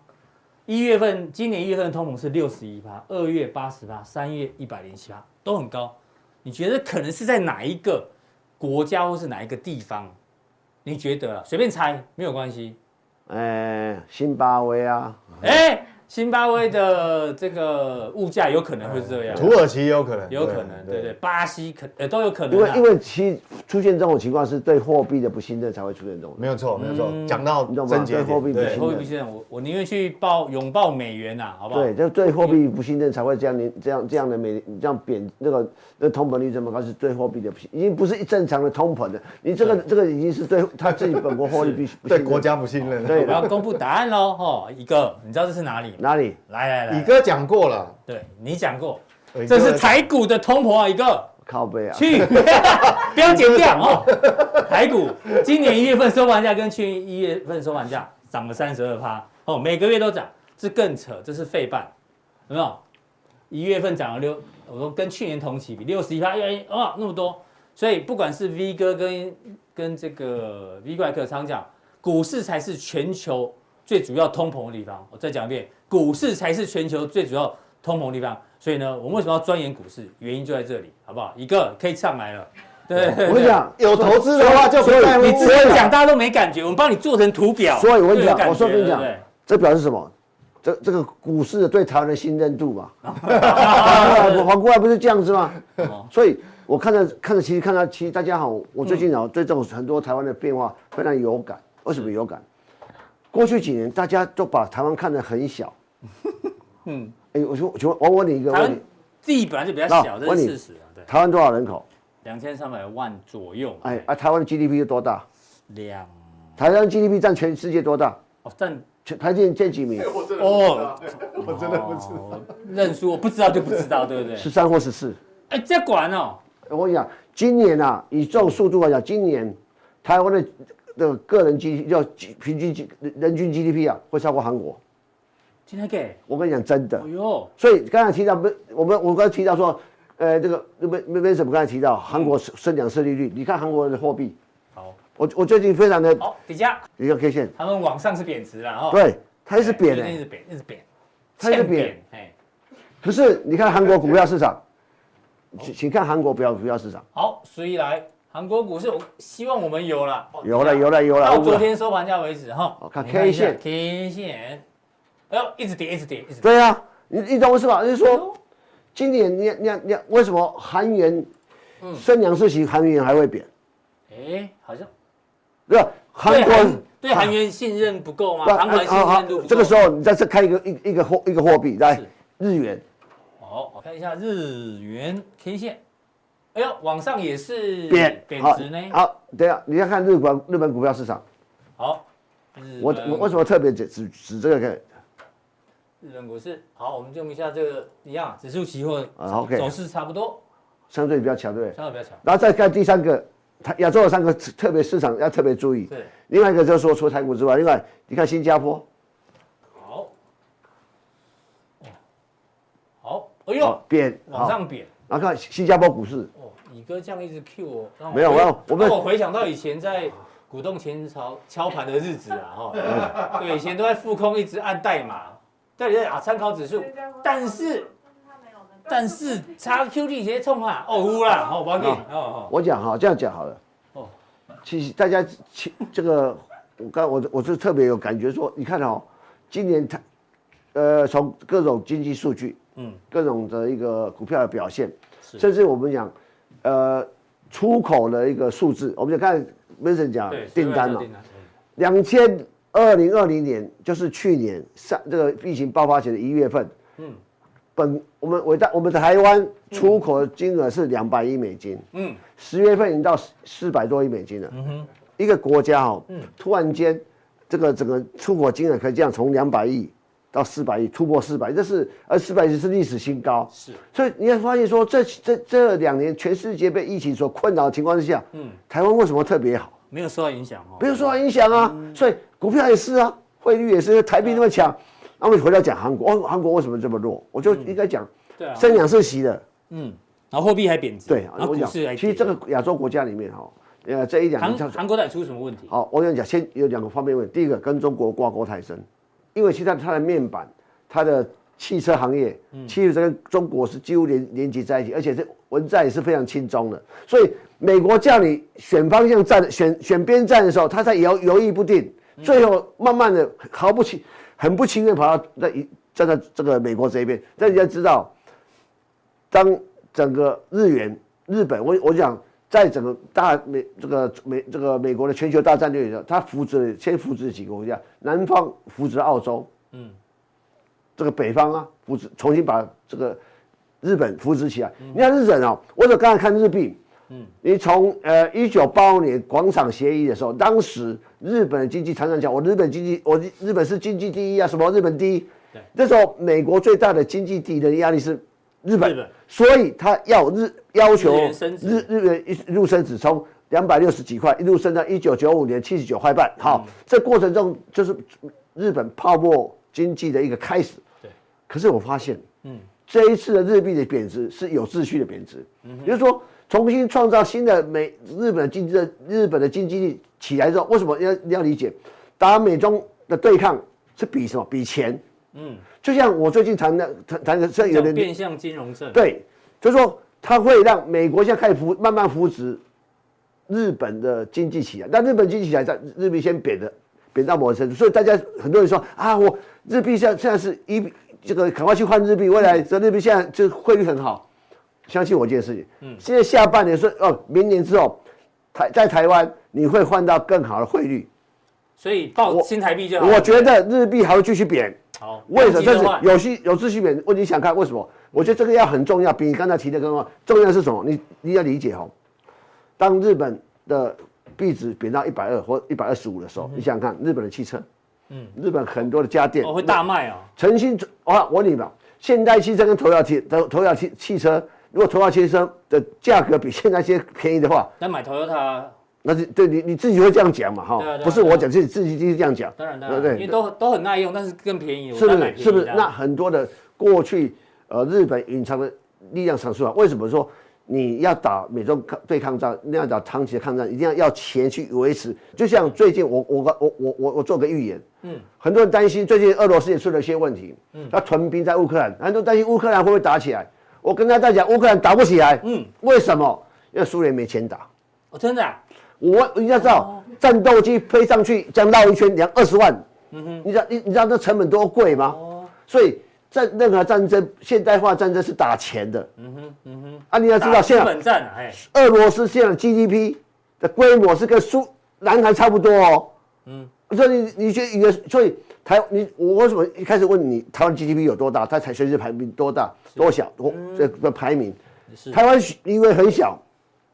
A: 一月份今年一月份的通膨是六十一趴，二月八十趴，三月一百零七趴，都很高。你觉得可能是在哪一个国家或是哪一个地方？你觉得啊？随便猜没有关系。
B: 哎，辛巴威啊，
A: 哎，辛巴威的这个物价有可能会是这样，
B: 哦啊
D: 土耳其有可能，
A: 有可能，对对，巴西可呃都有可能、啊，
B: 因为因为其出现这种情况是对货币的不信任才会出现这种。
D: 没有错，没有错。
A: 嗯
D: 讲到
B: 你懂吗
D: 症结
B: 对货币
D: 点，
B: 不
A: 对
D: 对
B: 行
A: 货币不信任，我我宁愿去抱拥抱美元呐、好不好？
B: 对，就对货币不信任才会这样连这样这样的美这样贬那个那通膨率这么高，是对货币的不信，已经不是正常的通膨了。你这个这个已经是对他自己本国货币必须不信
D: 对
B: 任
D: 国家不信任。
B: 对
A: 我要公布答案喽，哈，一个，你知道这是哪里吗？
B: 哪里？
A: 来来来，
D: 乙哥讲过了，
A: 对你讲过，
E: 呃
D: 乙哥
A: 这是台股的通膨啊，一个
B: 靠背啊，
A: 去， [LAUGHS] 不要剪掉哦。台股今年一月份收盘价跟去年一月份收盘价涨了三十二趴，哦，每个月都涨，这更扯，这是费半，有没有？一月份涨了六，我说跟去年同期比六十一趴，哎哇那么多，所以不管是 V 哥跟跟这个 V 怪客常讲，股市才是全球最主要通膨的地方。我再讲一遍，股市才是全球最主要通膨的地方。所以呢，我们为什么要钻研股市？原因就在这里，好不好？一个可以上来了，对
B: 我跟你讲，
D: 有投资的话就不
B: 所以
D: 在乎
A: 你
B: 只
A: 直
B: 有
A: 接讲，大家都没感觉，我们帮你做成图表，
B: 所以我跟
A: 就
B: 你
A: 有
B: 讲
A: 感，觉
B: 我说跟你讲
A: 对不对，
B: 这表示什么？这这个股市的对台湾的信任度 [LAUGHS] 嘛，反过来不是这样子吗？所以我看着看着，其实看到其实大家好，我最近啊对这种很多台湾的变化非常有感。为什么有感？过去几年大家都把台湾看得很小。 [LAUGHS] 嗯，哎，我说，我请问我问你一个
A: 台
B: 问
A: 湾
B: 题：
A: 地本来就比较
B: 那
A: 小，这
B: 问
A: 是
B: 你
A: 事实啊，对，
B: 台湾多少人口？
A: 两千三百万左右，
B: 哎
A: 哎，
B: 啊，台湾的 GDP 有多大？
A: 两
B: 台湾 GDP 占全世界多大？
A: 哦，但
B: 全台湾占几名？
A: 哦， [LAUGHS] 我真的不知道，认输，我不知道就不知道，对不对？
B: 十三或十四？
A: 哎，这管哦，
B: 我跟你讲，今年啊，以这种速度来讲，今年台湾的的个人 G 要平均 G 人均 GDP 啊，会超过韩国。
A: 今天给，
B: 我跟你讲，真的
A: 哎。呦，
B: 所以刚才提到不，我们我刚才提到说，呃，这个没没没什么，刚才提到韩国升两次利率，你看韩国的货币，
A: 好，
B: 我我最近非常的
A: 好，哦底下
B: 一个 K 线，
A: 他们往上是贬值了哦，
B: 对，它一直贬
A: 哎一直
B: 的。
A: 贬，一直贬，
B: 它一直
A: 欠
B: 贬，
A: 哎，
B: 可是你看韩国股票市场，请请看韩国股票股票市场，
A: 好，所以来韩国股市，我希望我们有了，哦
B: 有了
A: 等一下
B: 有了有了，
A: 到
B: 有了
A: 昨天收盘价为止哈
B: 好，看
A: 你一下
B: K 线
A: ，K 线，哎呦，一直跌，一直跌，一直跌，
B: 对呀、啊，你你懂我意思吧？就是
A: 哎
B: 说。
A: 呦
B: 今年你你你为什么韩元
A: 嗯
B: 升两次息，韩元还会贬？
A: 哎，好像
B: 对吧，韩
A: 对
B: 国啊
A: 韩对韩元信任不够吗？
B: 对
A: 韩
B: 啊
A: 团信
B: 啊
A: 任度不够。
B: 这个时候你再再看一个一一个货一个货币来
A: 是
B: 日元，
A: 好，我看一下日元 K 线，哎呦，往上也是
B: 贬
A: 贬值呢。
B: 好，啊好等一下你要看日本日本股票市场，
A: 好，日
B: 我
A: 本
B: 我为什么特别指指指这个？
A: 日本股市。好，我们用一下这个一样，指数期货
B: 啊，OK
A: 走势差不多，
B: 相对比较强，对不对？
A: 稍微比较强。
B: 然后再看第三个，它亚洲的三个特别市场要特别注意。
A: 对，
B: 另外一个就是说，除了台股之外，另外你看新加坡，
A: 好，哦好，哎呦，
B: 贬，
A: 往
B: 好，
A: 上贬。
B: 然后看新加坡股市，
A: 哦，乙哥这样一直 Q 我，让我
B: 没有
A: 回
B: 我要我们
A: 让我回想到以前在股动前朝敲盘的日子啊，
B: [LAUGHS]
A: 哈，
B: 嗯
A: 对，以前都在复空一直按代码，对对啊，参考指数，但是但是 XQD 直接冲啊，哦乌啦，哦不要紧，哦哦，
B: 我讲哈，这样讲好了。
A: 哦
B: 哦，其实大家其这个，我刚我我是特别有感觉说，你看哦，今年它，呃，从各种经济数据，
A: 嗯
B: 嗯，各种的一个股票的表现，
A: 是
B: 甚至我们讲，呃，出口的一个数字，我们就看 Mason 讲
A: 哦对，
B: 订单
A: 了，
B: 哦嘛，
A: 订单，嗯
B: 两千二零二零年就是去年上这个疫情爆发前的一月份，
A: 嗯
B: 嗯，本我们伟大我们的台湾出口的金额是两百亿美金。
A: 嗯，
B: 十月份已经到四百多亿美金了。一个国家哦，
A: 嗯
B: 突然间这个整个出口金额可以这样从两百亿到四百亿，突破四百，这是而四百亿是历史新高。
A: 是，
B: 所以你会发现说，这这这两年全世界被疫情所困扰的情况之下，
A: 嗯
B: 台湾为什么特别好？
A: 没有受到影响哦，
B: 不用受到影响啊。所以股票也是啊，汇率也是，台币那么强。那我们回到讲韩国，哦，韩国为什么这么弱？我就应该讲
A: 对啊，
B: 升两次息的，
A: 嗯，然后货币还贬值，
B: 对，
A: 然后
B: 我
A: 股
B: 讲，
A: 市还跌，
B: 其实这个亚洲国家里面哈，呃，这一两年
A: 韩
B: 叫
A: 韩国到底出什么问题？
B: 好，我跟你讲，先有两个方面问题。第一个跟中国挂钩太深，因为现在它的面板、它的汽车行业，汽车跟中国是几乎连连接在一起，而且这文在也是非常轻松的。所以美国叫你选方向站、选选边站的时候，他在犹犹豫不定，最后慢慢的毫不情、很不情愿跑到那一站在这个美国这一边。但你要知道，当整个日元、日本，我我讲，在整个大美这个美这个美国的全球大战略里头，它扶植先扶植几个国家，南方扶植澳洲，嗯，这个北方啊扶植重新把这个日本扶植起来。
A: 嗯
B: 你看日本哦，我只刚才看日币，嗯，你从呃一九八五年广场协议的时候，当时日本的经济常常讲，我日本经济我日日本是经济第一啊，什么日本第一
A: 对。
B: 那时候美国最大的经济敌人压力是日本，
A: 日本
B: 所以他要日要求
A: 日元升值
B: 日日元一一路升值，从两百六十几块一路升到一九九五年七十九块半。好，
A: 嗯
B: 这过程中就是日本泡沫经济的一个开始。
A: 对，
B: 可是我发现，嗯，这一次的日币的贬值是有秩序的贬值，
A: 嗯
B: 也就是说重新创造新的美日本的经济的日本的经济力起来之后，为什么要你要理解，打美中的对抗是比什么？比钱。
A: 嗯，
B: 就像我最近谈的谈谈的，这有
A: 讲
B: 点
A: 变相金融证，
B: 对，就是说它会让美国现在开始扶慢慢扶植日本的经济起来，但日本经济起来，在日币先贬的贬到某个程度，所以大家很多人说啊，我日币现在现在是一比这个赶快去换日币，未来这日币现在这汇率很好，相信我一件事情，嗯，现在下半年说哦，明年之后台在台湾你会换到更好的汇率，
A: 所以报
B: 我
A: 新台币就好了。
B: 我觉得日币还会继续贬。
A: 好，
B: 为什
A: 长
B: 么？
A: 期
B: 这
A: 的
B: 是
A: 话
B: 有序有秩序免问题想看为什么？我觉得这个要很重要，比你刚才提的更重要。重要的是什么？你你要理解哦。当日本的币值贬到一百二或一百二十五的时候，你想想看，日本的汽车，嗯，日本很多的家电，
A: 嗯哦会大卖哦，
B: 诚心，我我问你吧，现代汽车跟头条汽头头条汽汽车，如果头条汽车的价格比现在些便宜的话，
A: 那买 Toyota
B: 那是对你你自己会这样讲嘛哈
A: 对啊对啊？
B: 不是
A: 对啊
B: 我讲，是你自己自己这样讲，
A: 当然当
B: 对
A: 然，
B: 不
A: 因为
B: 对
A: 都都很耐用，但是更便宜，我
B: 是不
A: 当然买便
B: 是？
A: 宜
B: 是不是
A: 的？啊
B: 那很多的过去呃日本隐藏的力量产出来，为什么说你要打美中抗对抗战，你要打长期的抗战，一定要要钱去维持？就像最近我我我我我我做个预言，嗯，很多人担心最近俄罗斯也出了一些问题，嗯，他屯兵在乌克兰，很多人担心乌克兰会不会打起来？我跟大家讲，乌克兰打不起来，
A: 嗯
B: 嗯，为什么？因为苏联没钱打。
A: 哦真的啊，
B: 我你要知道，战斗机飞上去这样绕一圈，两二十万，你知道你你知道那成本多贵吗？所以战任何战争，现代化战争是打钱的。嗯哼，嗯哼。啊，你要知道，
A: 打
B: 现
A: 资
B: 在
A: 本战啊，哎，
B: 俄罗斯现在的 GDP 的规模是跟苏南韩差不多哦。嗯，所以你你觉得你的所以台你我为什么一开始问你台湾 GDP 有多大，它才全世界排名多大多小多这个排名？
A: 嗯是
B: 台湾因为很小，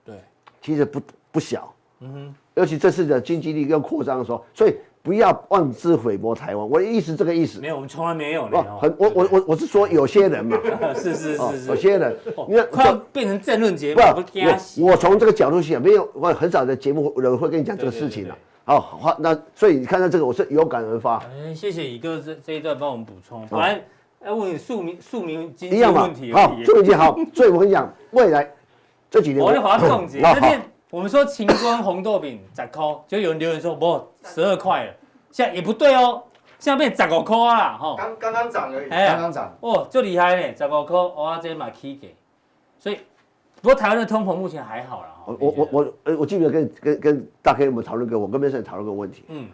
A: 对，
B: 其实不不小。嗯哼，尤其这次的经济力跟扩张的时候，所以不要妄自菲薄台湾。我的意思这个意思
A: 没。有，我们从来没有呢。
B: 哦
A: 哦，呃
B: 很我我我我是说有些人嘛，
A: 是是
B: 哦
A: [LAUGHS] 是，是，
B: 有些人，
A: 哦
B: 你看
A: 快要变成政论节目，
B: 不
A: 不给他洗
B: 我我从这个角度去想，没有我很少的节目人会跟你讲这个事
A: 对对
B: 情
A: 对
B: 的。好，好，那所以你看到这个，我是有感而发。
A: 哎，谢谢乙哥这这一段帮我们补充。本来要问你庶民庶民经
B: 一
A: 济
B: 样嘛
A: 问题，而
B: 好
A: 已，
B: 这个已经好，所以我跟你讲，未来这几年嗯
A: 我就把它冻结。
B: 好
A: 那天我们说晴光红豆饼十块，就有人留言说不十二块了，现在也不对哦，现在变十五块啊啦，吼，
C: 刚刚刚涨而已。
A: 哎呀
D: 刚刚涨，
A: 哦，就厉害嘞，十五块，哇，这嘛起给，所以不过台湾的通膨目前还好啦。吼
B: 我
A: 你
B: 我我，
A: 觉得
B: 我呃，我记得跟跟跟大 K 我们讨论过，我跟边生讨论过问题。
A: 嗯，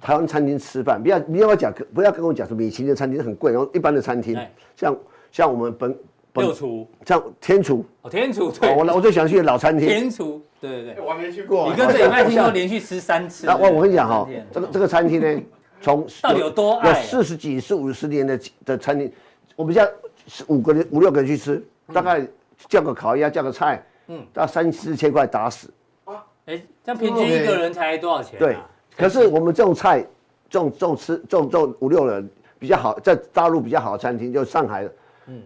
B: 台湾餐厅吃饭，不要不要讲，不要跟我讲说米其林餐厅很贵，然后一般的餐厅
A: 哎，
B: 像像我们本
A: 六
B: 本
A: 厨
B: 像天厨，
A: 哦，天厨
B: 哦我
A: 对，
B: 我最想去的老餐厅。
A: 天厨对对
C: 哎
A: 对，
C: 我还没去过
A: 你。跟这礼拜听说连续吃三次。
B: 那我我跟你讲哈
A: 三天，
B: 这个这个餐
A: [LAUGHS]
B: 厅呢，从
A: 到底有多爱
B: 有
A: 啊
B: 四十几、四五十年的的餐厅，我们家是五个人、五六个人去吃，大概叫个烤鸭、叫个菜，
A: 嗯
B: 嗯，大概三四千块打死。
A: 哎，这样平均一个人才多少钱、啊？
B: 对，可是我们这种菜，这种这种吃这种这种五六人比较好，在大陆比较好的餐厅，就上海的，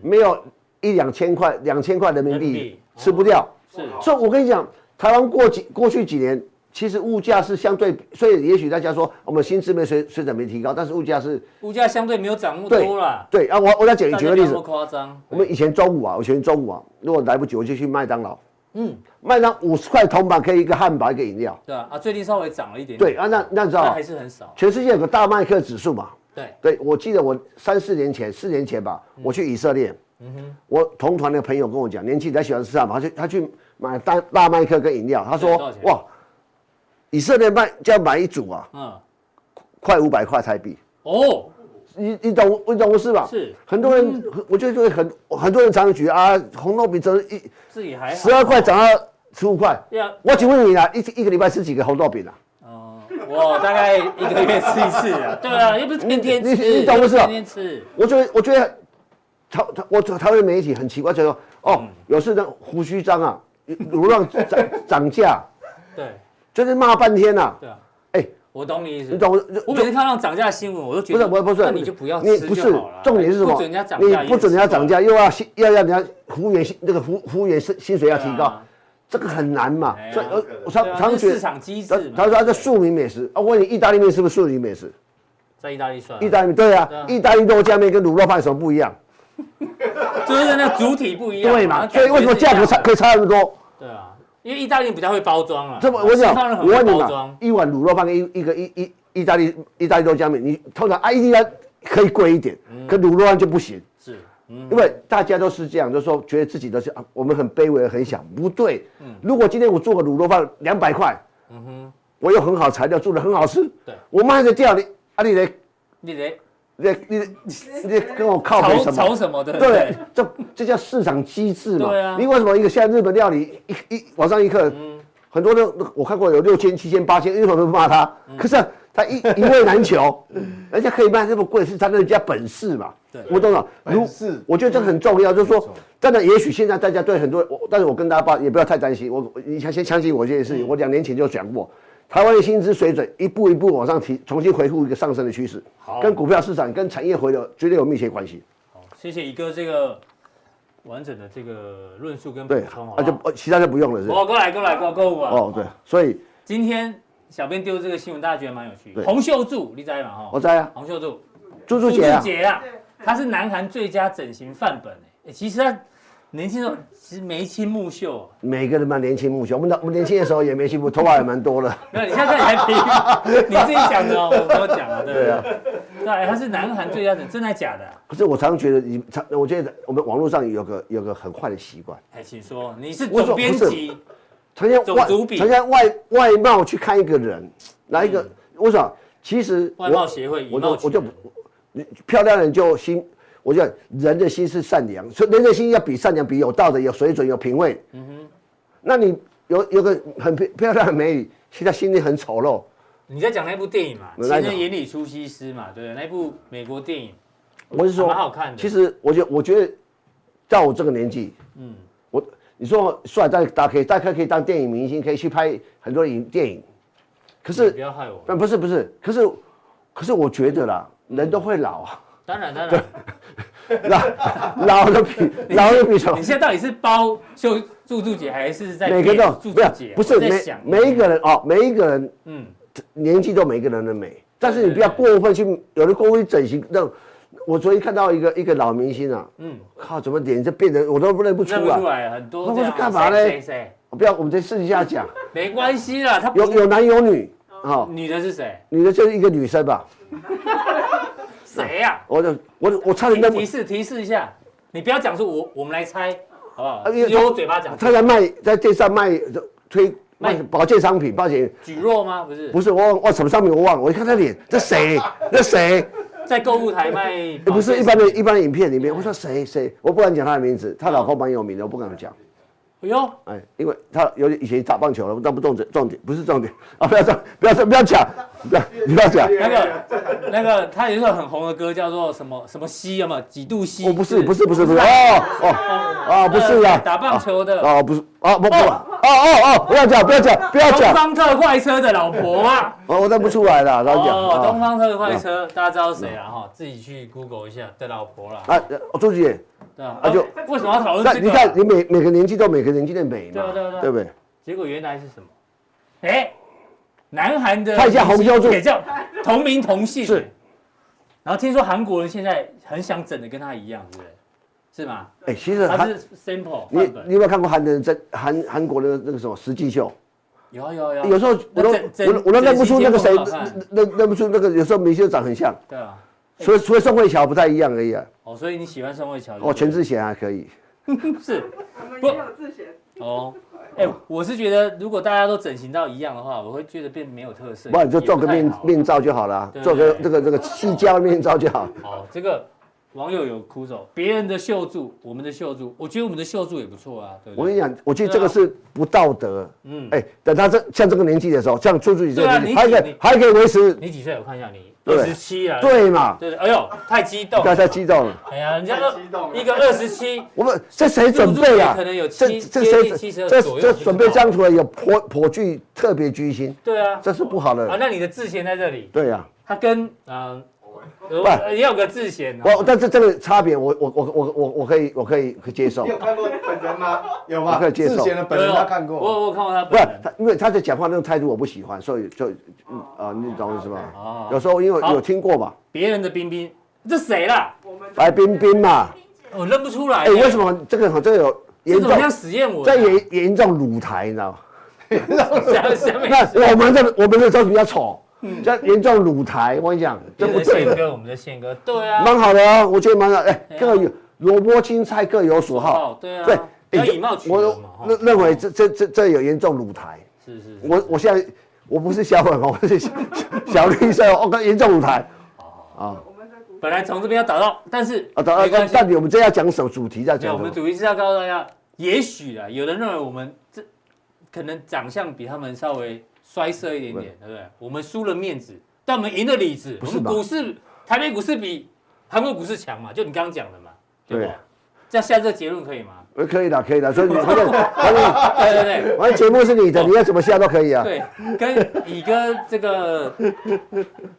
B: 没有一两千块、两千块人民
A: 嗯人民币哦
B: 币吃不掉。
A: 是
B: 所以我跟你讲，台湾过几过去几年，其实物价是相对，所以也许大家说哦我们薪资没水水准没提高，但是物价是
A: 物价相对没有涨那么多啦。
B: 对啊。我我再举
A: 大
B: 举
A: 家没有
B: 个例
A: 那
B: 子
A: 么，夸张。
B: 我们以前中午啊，我以前中午啊，如果来不及，我就去麦当劳，
A: 嗯，
B: 麦当五十块铜板可以一个汉堡一个饮料。
A: 对啊，啊，最近稍微涨了一点
B: 对，啊，那那你知道
A: 但
B: 啊
A: 还是很少。
B: 全世界有个大麦克指数嘛？
A: 对，
B: 对，我记得我三四年前，四年前吧，
A: 嗯
B: 我去以色列，我同团的朋友跟我讲，年轻人喜欢吃汉堡，他去他去买大大麦克跟饮料，他
A: 对多少
B: 说
A: 钱
B: 哇，以色列卖就要买一组啊，
A: 嗯，
B: 快五百块台币，
A: 哦，
B: 你你懂我你懂我是吧？
A: 是嗯
B: 很多人，我就觉得很很多人常举啊，红豆饼折一
A: 自己还好。
B: 十二块涨到十五块，
A: 对啊，
B: 我请问你啊，一一个礼拜吃几个红豆饼啊？
A: 哦，我大概一个月吃一次
B: [LAUGHS]
A: 啊。对啊，又不是天天
B: 你
A: 吃，
B: 你你懂不是
A: 又是天天吃。
B: 我觉得，我觉得台台我台湾媒体很奇怪，就说
A: 嗯
B: 哦，有事的胡须章啊，流浪涨 [LAUGHS] 涨价，
A: 对，
B: 就是骂半天呐、啊。
A: 对啊，
B: 哎，
A: 我懂你意思
B: 你。懂我？
A: 我每次看到涨价新闻，我都觉
B: 不
A: 得
B: 是，不是，不是，
A: 那你就不要
B: 你
A: 吃
B: 不是
A: 就好了。
B: 重点是什么？
A: 不准人家涨价，
B: 你不准人家涨价，又要薪又要人家服务员薪那个服服务员薪薪水要
A: 也是
B: 提
A: 对啊，
B: 高，这个很难嘛
A: 哎。呀
B: 所以
C: 这
B: 呃
C: 个
B: 我
A: 对啊
B: 常常
A: 这是
B: 觉
A: 市
B: 得，
A: 场机制
B: 他
A: 嘛。
B: 他说这
A: 对
B: 庶民美食啊，我问你，意大利面是不是庶民美食？
A: 在意大利算了
B: 意大利面对啊
A: 嗯对啊，
B: 意大利肉酱面跟卤肉饭有什么不一样？
A: 就是那主体不一样，
B: 对
A: 然
B: 嘛？
A: 后
B: 所以为什么价格差
A: 感觉是一样的
B: 可以差那么多？
A: 对啊，因为意大利比较会包装啊。
B: 这么我
A: 西方人
B: 讲，
A: 很
B: 我问你
A: 会包
B: 嘛
A: 装，，
B: 一碗卤肉饭跟一一个一一意大利意大利肉酱面，你通常啊意大利可以贵一点，可卤肉饭就不行，
A: 是，嗯，
B: 因为大家都是这样，就说觉得自己都是啊，我们很卑微很小，不对。
A: 嗯
B: 如果今天我做个卤肉饭两百块，我有很好材料，做的很好吃，
A: 对
B: 我卖得掉你，啊你来
A: 你得
B: 你来你来你来跟我靠背
A: 炒
B: 什
A: 炒
B: 么？
A: 什么的，
B: 对不对，这这叫市场机制嘛。
A: 对啊
B: 你为什么一个现在日本料理一一往上一刻，很多人我看过有六千、七千、八千，为什么骂他？可是啊他一一味难求，人家可以卖这么贵，是他人家本事嘛。
A: 对
B: 我懂了。如
D: 本事
B: 我觉得这个很重要，就是说，当然也许现在大家对很多，我但是我跟大家报也不要太担心，我我你相信相信我这件事情，我两年前就讲过。台湾的薪资水准一步一步往上提，重新回复一个上升的趋势，跟股票市场、跟产业回流绝对有密切关系。
A: 好，谢谢一哥这个完整的这个论述跟补
B: 对
A: 充，，好
B: 那就
A: 不好？
B: 呃其他就不用了，是吧
A: 我过来，过来，过购物啊！
B: 哦，对，，所以
A: 今天小编丢这个新闻，大家觉得蛮有趣。
B: 对
A: 洪秀柱，你知道吗？哈，
B: 我在啊，
A: 洪秀柱，
B: 猪猪姐啊，
A: 姐啊，她是南韩最佳整形范本欸欸其实她年轻时候其实眉清目秀啊，
B: 每个人蛮年轻目前，我们的我们年轻的时候也没进步，头发也蛮多的。
A: 没有，你现在还比你自己讲的哦，我没有讲啊，对不对？对啊，他是南韩最佳整，真的假的啊？
B: 可是我常常觉得你常，我觉得我们网络上有个有个很坏的习惯，
A: 哎，请说，你是
B: 我说
A: 总编辑，
B: 常常
A: 种
B: 外
A: 族比
B: 常常外外貌去看一个人，来一个，我想其实
A: 嗯外貌
B: 我
A: 协会，以
B: 我
A: 貌
B: 就
A: 取
B: 我就
A: 人
B: 不你漂亮人就心。我觉得人的心是善良，所以人的心要比善良，比有道德、有水准、有品味。嗯哼，那你有有个很漂漂亮的美女，其实她心里很丑陋，
A: 你在讲那部电影嘛，《
B: 我
A: 情
B: 在讲
A: 人眼里出西施》嘛，对不对？那部美国电影，
B: 我是说，
A: 还蛮好看的
B: 其实我觉得我觉得，到我这个年纪，嗯，我你说帅，大家大家可以大家可以当电影明星，可以去拍很多影电影。可
A: 你
B: 是
A: 不要害我。
B: 但呃不是不是，可是可是我觉得啦，人都会老啊， [LAUGHS]
A: 当然当然，
B: 老老的比老的比什么
A: [LAUGHS] 你？现在到底是包秀住住姐，还是在
B: 每个都
A: 编住
B: 不
A: 住
B: 是
A: 姐？
B: 不
A: 我
B: 是
A: 在
B: 每
A: 想，
B: 每一个人哦，每一个人
A: 嗯，
B: 年纪都每一个人的美，但是
A: 对
B: 你不要过分去，有的过分去整形让。我昨天看到一个一个老明星啊，
A: 嗯
B: 嗯，靠，怎么脸就变得我都认不出
A: 认不出
B: 来。
A: 来很多
B: 那
A: 这
B: 不是
A: 样。
B: 干
A: 谁
B: 嘛嘞
A: 谁谁？
B: 不要，我们再私底下讲，
A: 没关系啦，他不
B: 有有男有女啊，
A: 女的是谁？
B: 女的就是一个女生吧，啊
A: 谁呀？
B: 我就我我差点
A: 提
B: 认不
A: 提，示提示一下，你不要讲出我，我们来猜，好不好？
B: 啊因为
A: 只有我嘴巴讲。
B: 她在卖在电视上卖推卖
A: 卖
B: 保健商品，保健
A: 举弱吗？不是，
B: 不是我忘我什么商品我忘了，我一看她脸，这谁？这谁？
A: 在购物台卖
B: 欸、
A: 保健品。
B: [LAUGHS] 不是一般的一般的影片里面，我说谁谁，我不敢讲她的名字，她老公蛮有名的，我不敢讲。
A: 哎呦，
B: 哎，因为她有以前打棒球了，但不重点，重点不是重点啊！不要讲，不要讲，不要讲，不要你不要讲，
A: 那个那个，他有一首很红的歌，叫做什么什么西，有没有几度西？
B: 哦我不是不是不是不是哦哦啊不是
A: 呃
B: 啦
A: 打棒球的，
B: 啊不是啊不不哦哦哦不要讲不要讲不要
A: 东
B: 讲，
A: 方特快车的老婆啊！
B: 哦我认不出来了，老
A: 哦，东
B: 讲啊
A: 方特快车，大家知道谁啊？哈，自己去 Google 一下的老婆啦。
B: 啊呃朱姐，
A: 对啊
B: 啊就
A: 为什么要讨论
B: 那
A: 这个？
B: 你看你每每个年纪都有每个年纪的美嘛
A: 对啊对啊对啊，
B: 对不对？
A: 结果原来是什么？哎，南韩的
B: 看一下洪秀柱
A: 也叫同名同姓
B: 是。
A: 然后听说韩国人现在很想整的跟他一样，对不对？是吗？
B: 哎，其实
A: 他
B: 韩
A: 是 sample
B: 你
A: 范
B: 你
A: 本。
B: 有没有看过韩人真韩韩国的那个什么实际秀？
A: 有啊有啊有啊。
B: 有时候我都
A: 那整整
B: 我都我都认不出那个谁，
A: 整形节目很好看
B: 认认认不出那个，有时候明星长很像，
A: 对啊。
B: 除了除了宋慧乔不太一样而已啊。
A: 哦，所以你喜欢宋慧乔？
B: 哦，全智贤还可以，
A: 是
C: 我们也有自选，
A: 哦。哎、我是觉得如果大家都整形到一样的话，我会觉得变没有特色。
B: 不然你就做
A: 也
B: 个
A: 不
B: 面
A: 太好
B: 面罩就好了啊
A: 对，
B: 做个
A: 对
B: 这个这个细胶面罩就好。
A: 好，哦这个网友有哭走，别人的秀柱，我们的秀柱，我觉得我们的秀柱也不错啊，对不对？
B: 我跟你讲，我觉得这
A: 对啊
B: 个是不道德。
A: 嗯，
B: 哎，等他这像这个年纪的时候，像朱朱你这个
A: 对啊
B: 年纪，
A: 你
B: 还可
A: 你
B: 以还可以维持，
A: 你几岁？我看一下你，
B: 对
A: 二十七啊。
B: 对嘛？
A: 对对，哎呦，太激动
B: 不要
A: 了。
B: 太激动了。
A: 哎呀，人家
E: 太激动
A: 二
E: 了
A: 一个二十七，
B: 我们这谁准备啊
A: 可？能有
B: 这
A: 七，
B: 这
A: 接近
B: 谁
A: 七十二
B: 这
A: 左右
B: 这
A: 就
B: 准备
A: 知道
B: 张出来有颇颇具特别居心，
A: 对啊，
B: 这是不好
A: 啊，
B: 的。
A: 那你的字贤在这里，
B: 对呀。
A: 他跟嗯，
B: 不
A: 呃也有个字贤啊，
B: 我但是这个差别我，我我我我我可以我可以可以接受
E: 你，有看过本人吗？有
B: 我
E: 吗？
B: 可以接受
E: 志贤的本人
A: 有有
E: 他看
A: 我
E: 过。
A: 我有看过他
B: 不是
A: 本人。
B: 他，因为他在讲话那种态度我不喜欢，所以就嗯啊，你懂我意思吗？
A: 哦
B: 有时候因为
A: 好
B: 有听过嘛，
A: 别人的冰冰，这谁啦？
C: 我们的
B: 白冰冰嘛，
A: 我哦认不出来。
B: 哎，为什么这个好这个有
A: 这
B: 严
A: 怎么像
B: 重，
A: 实验啊我？
B: 这严严重辱台，你知道吗？
A: [LAUGHS] 像像没
B: 那我们这我们这时候比较丑，
A: 嗯
B: 这严重辱台，我跟你讲，这不对
A: 宪
B: 的，
A: 哥，我们的宪哥，对啊，
B: 蛮好的啊，我觉得蛮好，哎
A: 哎呀，
B: 各有萝卜青菜各有所好，
A: 好，对
B: 对
A: 啊，，要
B: 哎
A: 以貌取
B: 我
A: 人嘛。哈
B: 认认为这这这这有严重辱台。
A: 是是是，
B: 我我现在我不是小粉红， [LAUGHS] 我是小小绿色，我跟严重舞台啊
C: 我们的股
A: 本来从这边要打到，但是
B: 啊！
A: 没
B: 到
A: 关
B: 到
A: 系
B: 到底我们这要讲什么主题？在
A: 对，
B: 讲
A: 我
B: 什
A: 们
B: 么？
A: 主题是要告诉大家，也许啊，有人认为我们这可能长相比他们稍微衰色一点点，对不对？我们输了面子，但我们赢了里子。
B: 不
A: 我
B: 是
A: 们
B: 吧
A: 股市，台北股市比韩国股市强嘛？就你刚刚讲的嘛，对啊不
B: 对？
A: 这样下这个结论可以吗？
B: 呃可以的，可以
A: [LAUGHS]
B: 的。所以你反正反正
A: 对对对。
B: 反正节目是你的，你要怎么下都可以
A: 哦
B: 啊。
A: 对，跟乙哥这个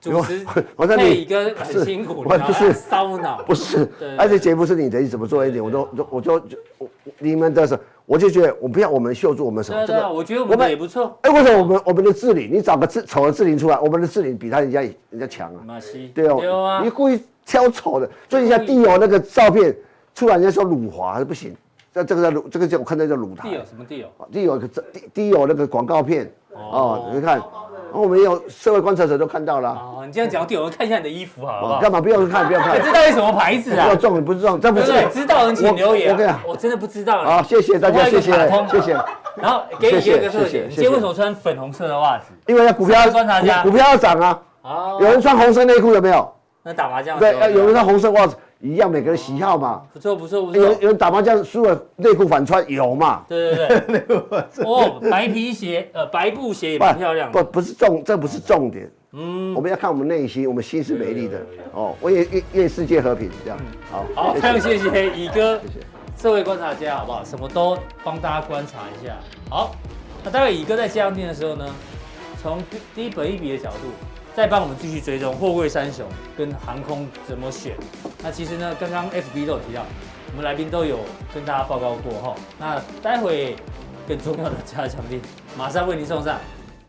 A: 主持
B: 我在
A: 配乙
B: 你
A: 哥很辛苦，
B: 我
A: 然后
B: 不是
A: 烧脑，
B: 不是
A: 对对，
B: 而且节目是你的，你怎么做一点，我都都我就就我你们的是，我就觉得我不要我们秀住我们什
A: 对
B: 么
A: 啊
B: 这
A: 对啊，
B: 个。
A: 我觉得我们
B: 我
A: 的
B: 们
A: 也不错，
B: 哎，为什么我们我们的志玲，你找个志丑的志玲出来，我们的志玲比他人家人家强啊？
A: 马西
B: 对
A: 有
B: 哦，
A: 啊
B: 你，故意挑丑的，所以人家地友那个照片出来，人家说辱华不行，那这个叫辱，这个叫我看到叫辱
A: 地哦
B: 台
A: 有。什么地有？
B: 地友个地地友那个广告片哦，你看，
C: 包的
B: 我们有社会观察者都看到了啊，
A: 哦，你这样讲地有，我看一下你的衣服好不
B: 哦
A: 好？
B: 干嘛不要看不要
A: 哎
B: 看，
A: 这到底什么牌子
B: 不
A: 啊
B: 要？中你不是中，这不
A: 对不
B: 是
A: 对？知道人请留言
B: 我我跟你
A: 啊，
B: 讲
A: 我真的不知道啊。
B: 好，谢谢大
A: 我
B: 家，
A: 有一个
B: 谢谢
A: 卡通
B: 谢谢，
A: 然后给乙
B: 谢
A: 哥
B: 谢
A: 一个特点，
B: 谢谢
A: 你今天为什么穿粉红色的袜子？
B: 因为要股票
A: 观察家
B: 股票要涨啊，
A: 哦
B: 有人穿红色内裤有没有？
A: 那打麻将的
B: 对
A: 时，候
B: 要有人穿红色袜子一样，每个人喜好嘛。
A: 不错不错不
B: 有
A: 错
B: 有，人打麻将输了内裤反穿有嘛？
A: 对
B: [LAUGHS]
A: 对对，哦，白皮鞋呃白布鞋也蛮漂亮
B: 不
A: 的，
B: 不是重，这不是重点。
A: 嗯
B: 我，们要看我们内心，我们心是美丽的
A: 有有有有
B: 哦，我也愿愿世界和平这样。好，
A: 好，非常谢谢乙哥
B: 谢谢。
A: 社会观察家，好不好？什么都帮大家观察一下。好，那待会乙哥在家用店的时候呢，从低本一比的角度，再帮我们继续追踪货柜三雄跟航空怎么选。那其实呢，刚刚 FB 都有提到，我们来宾都有跟大家报告过哈。那待会更重要的加强力，马上为您送上。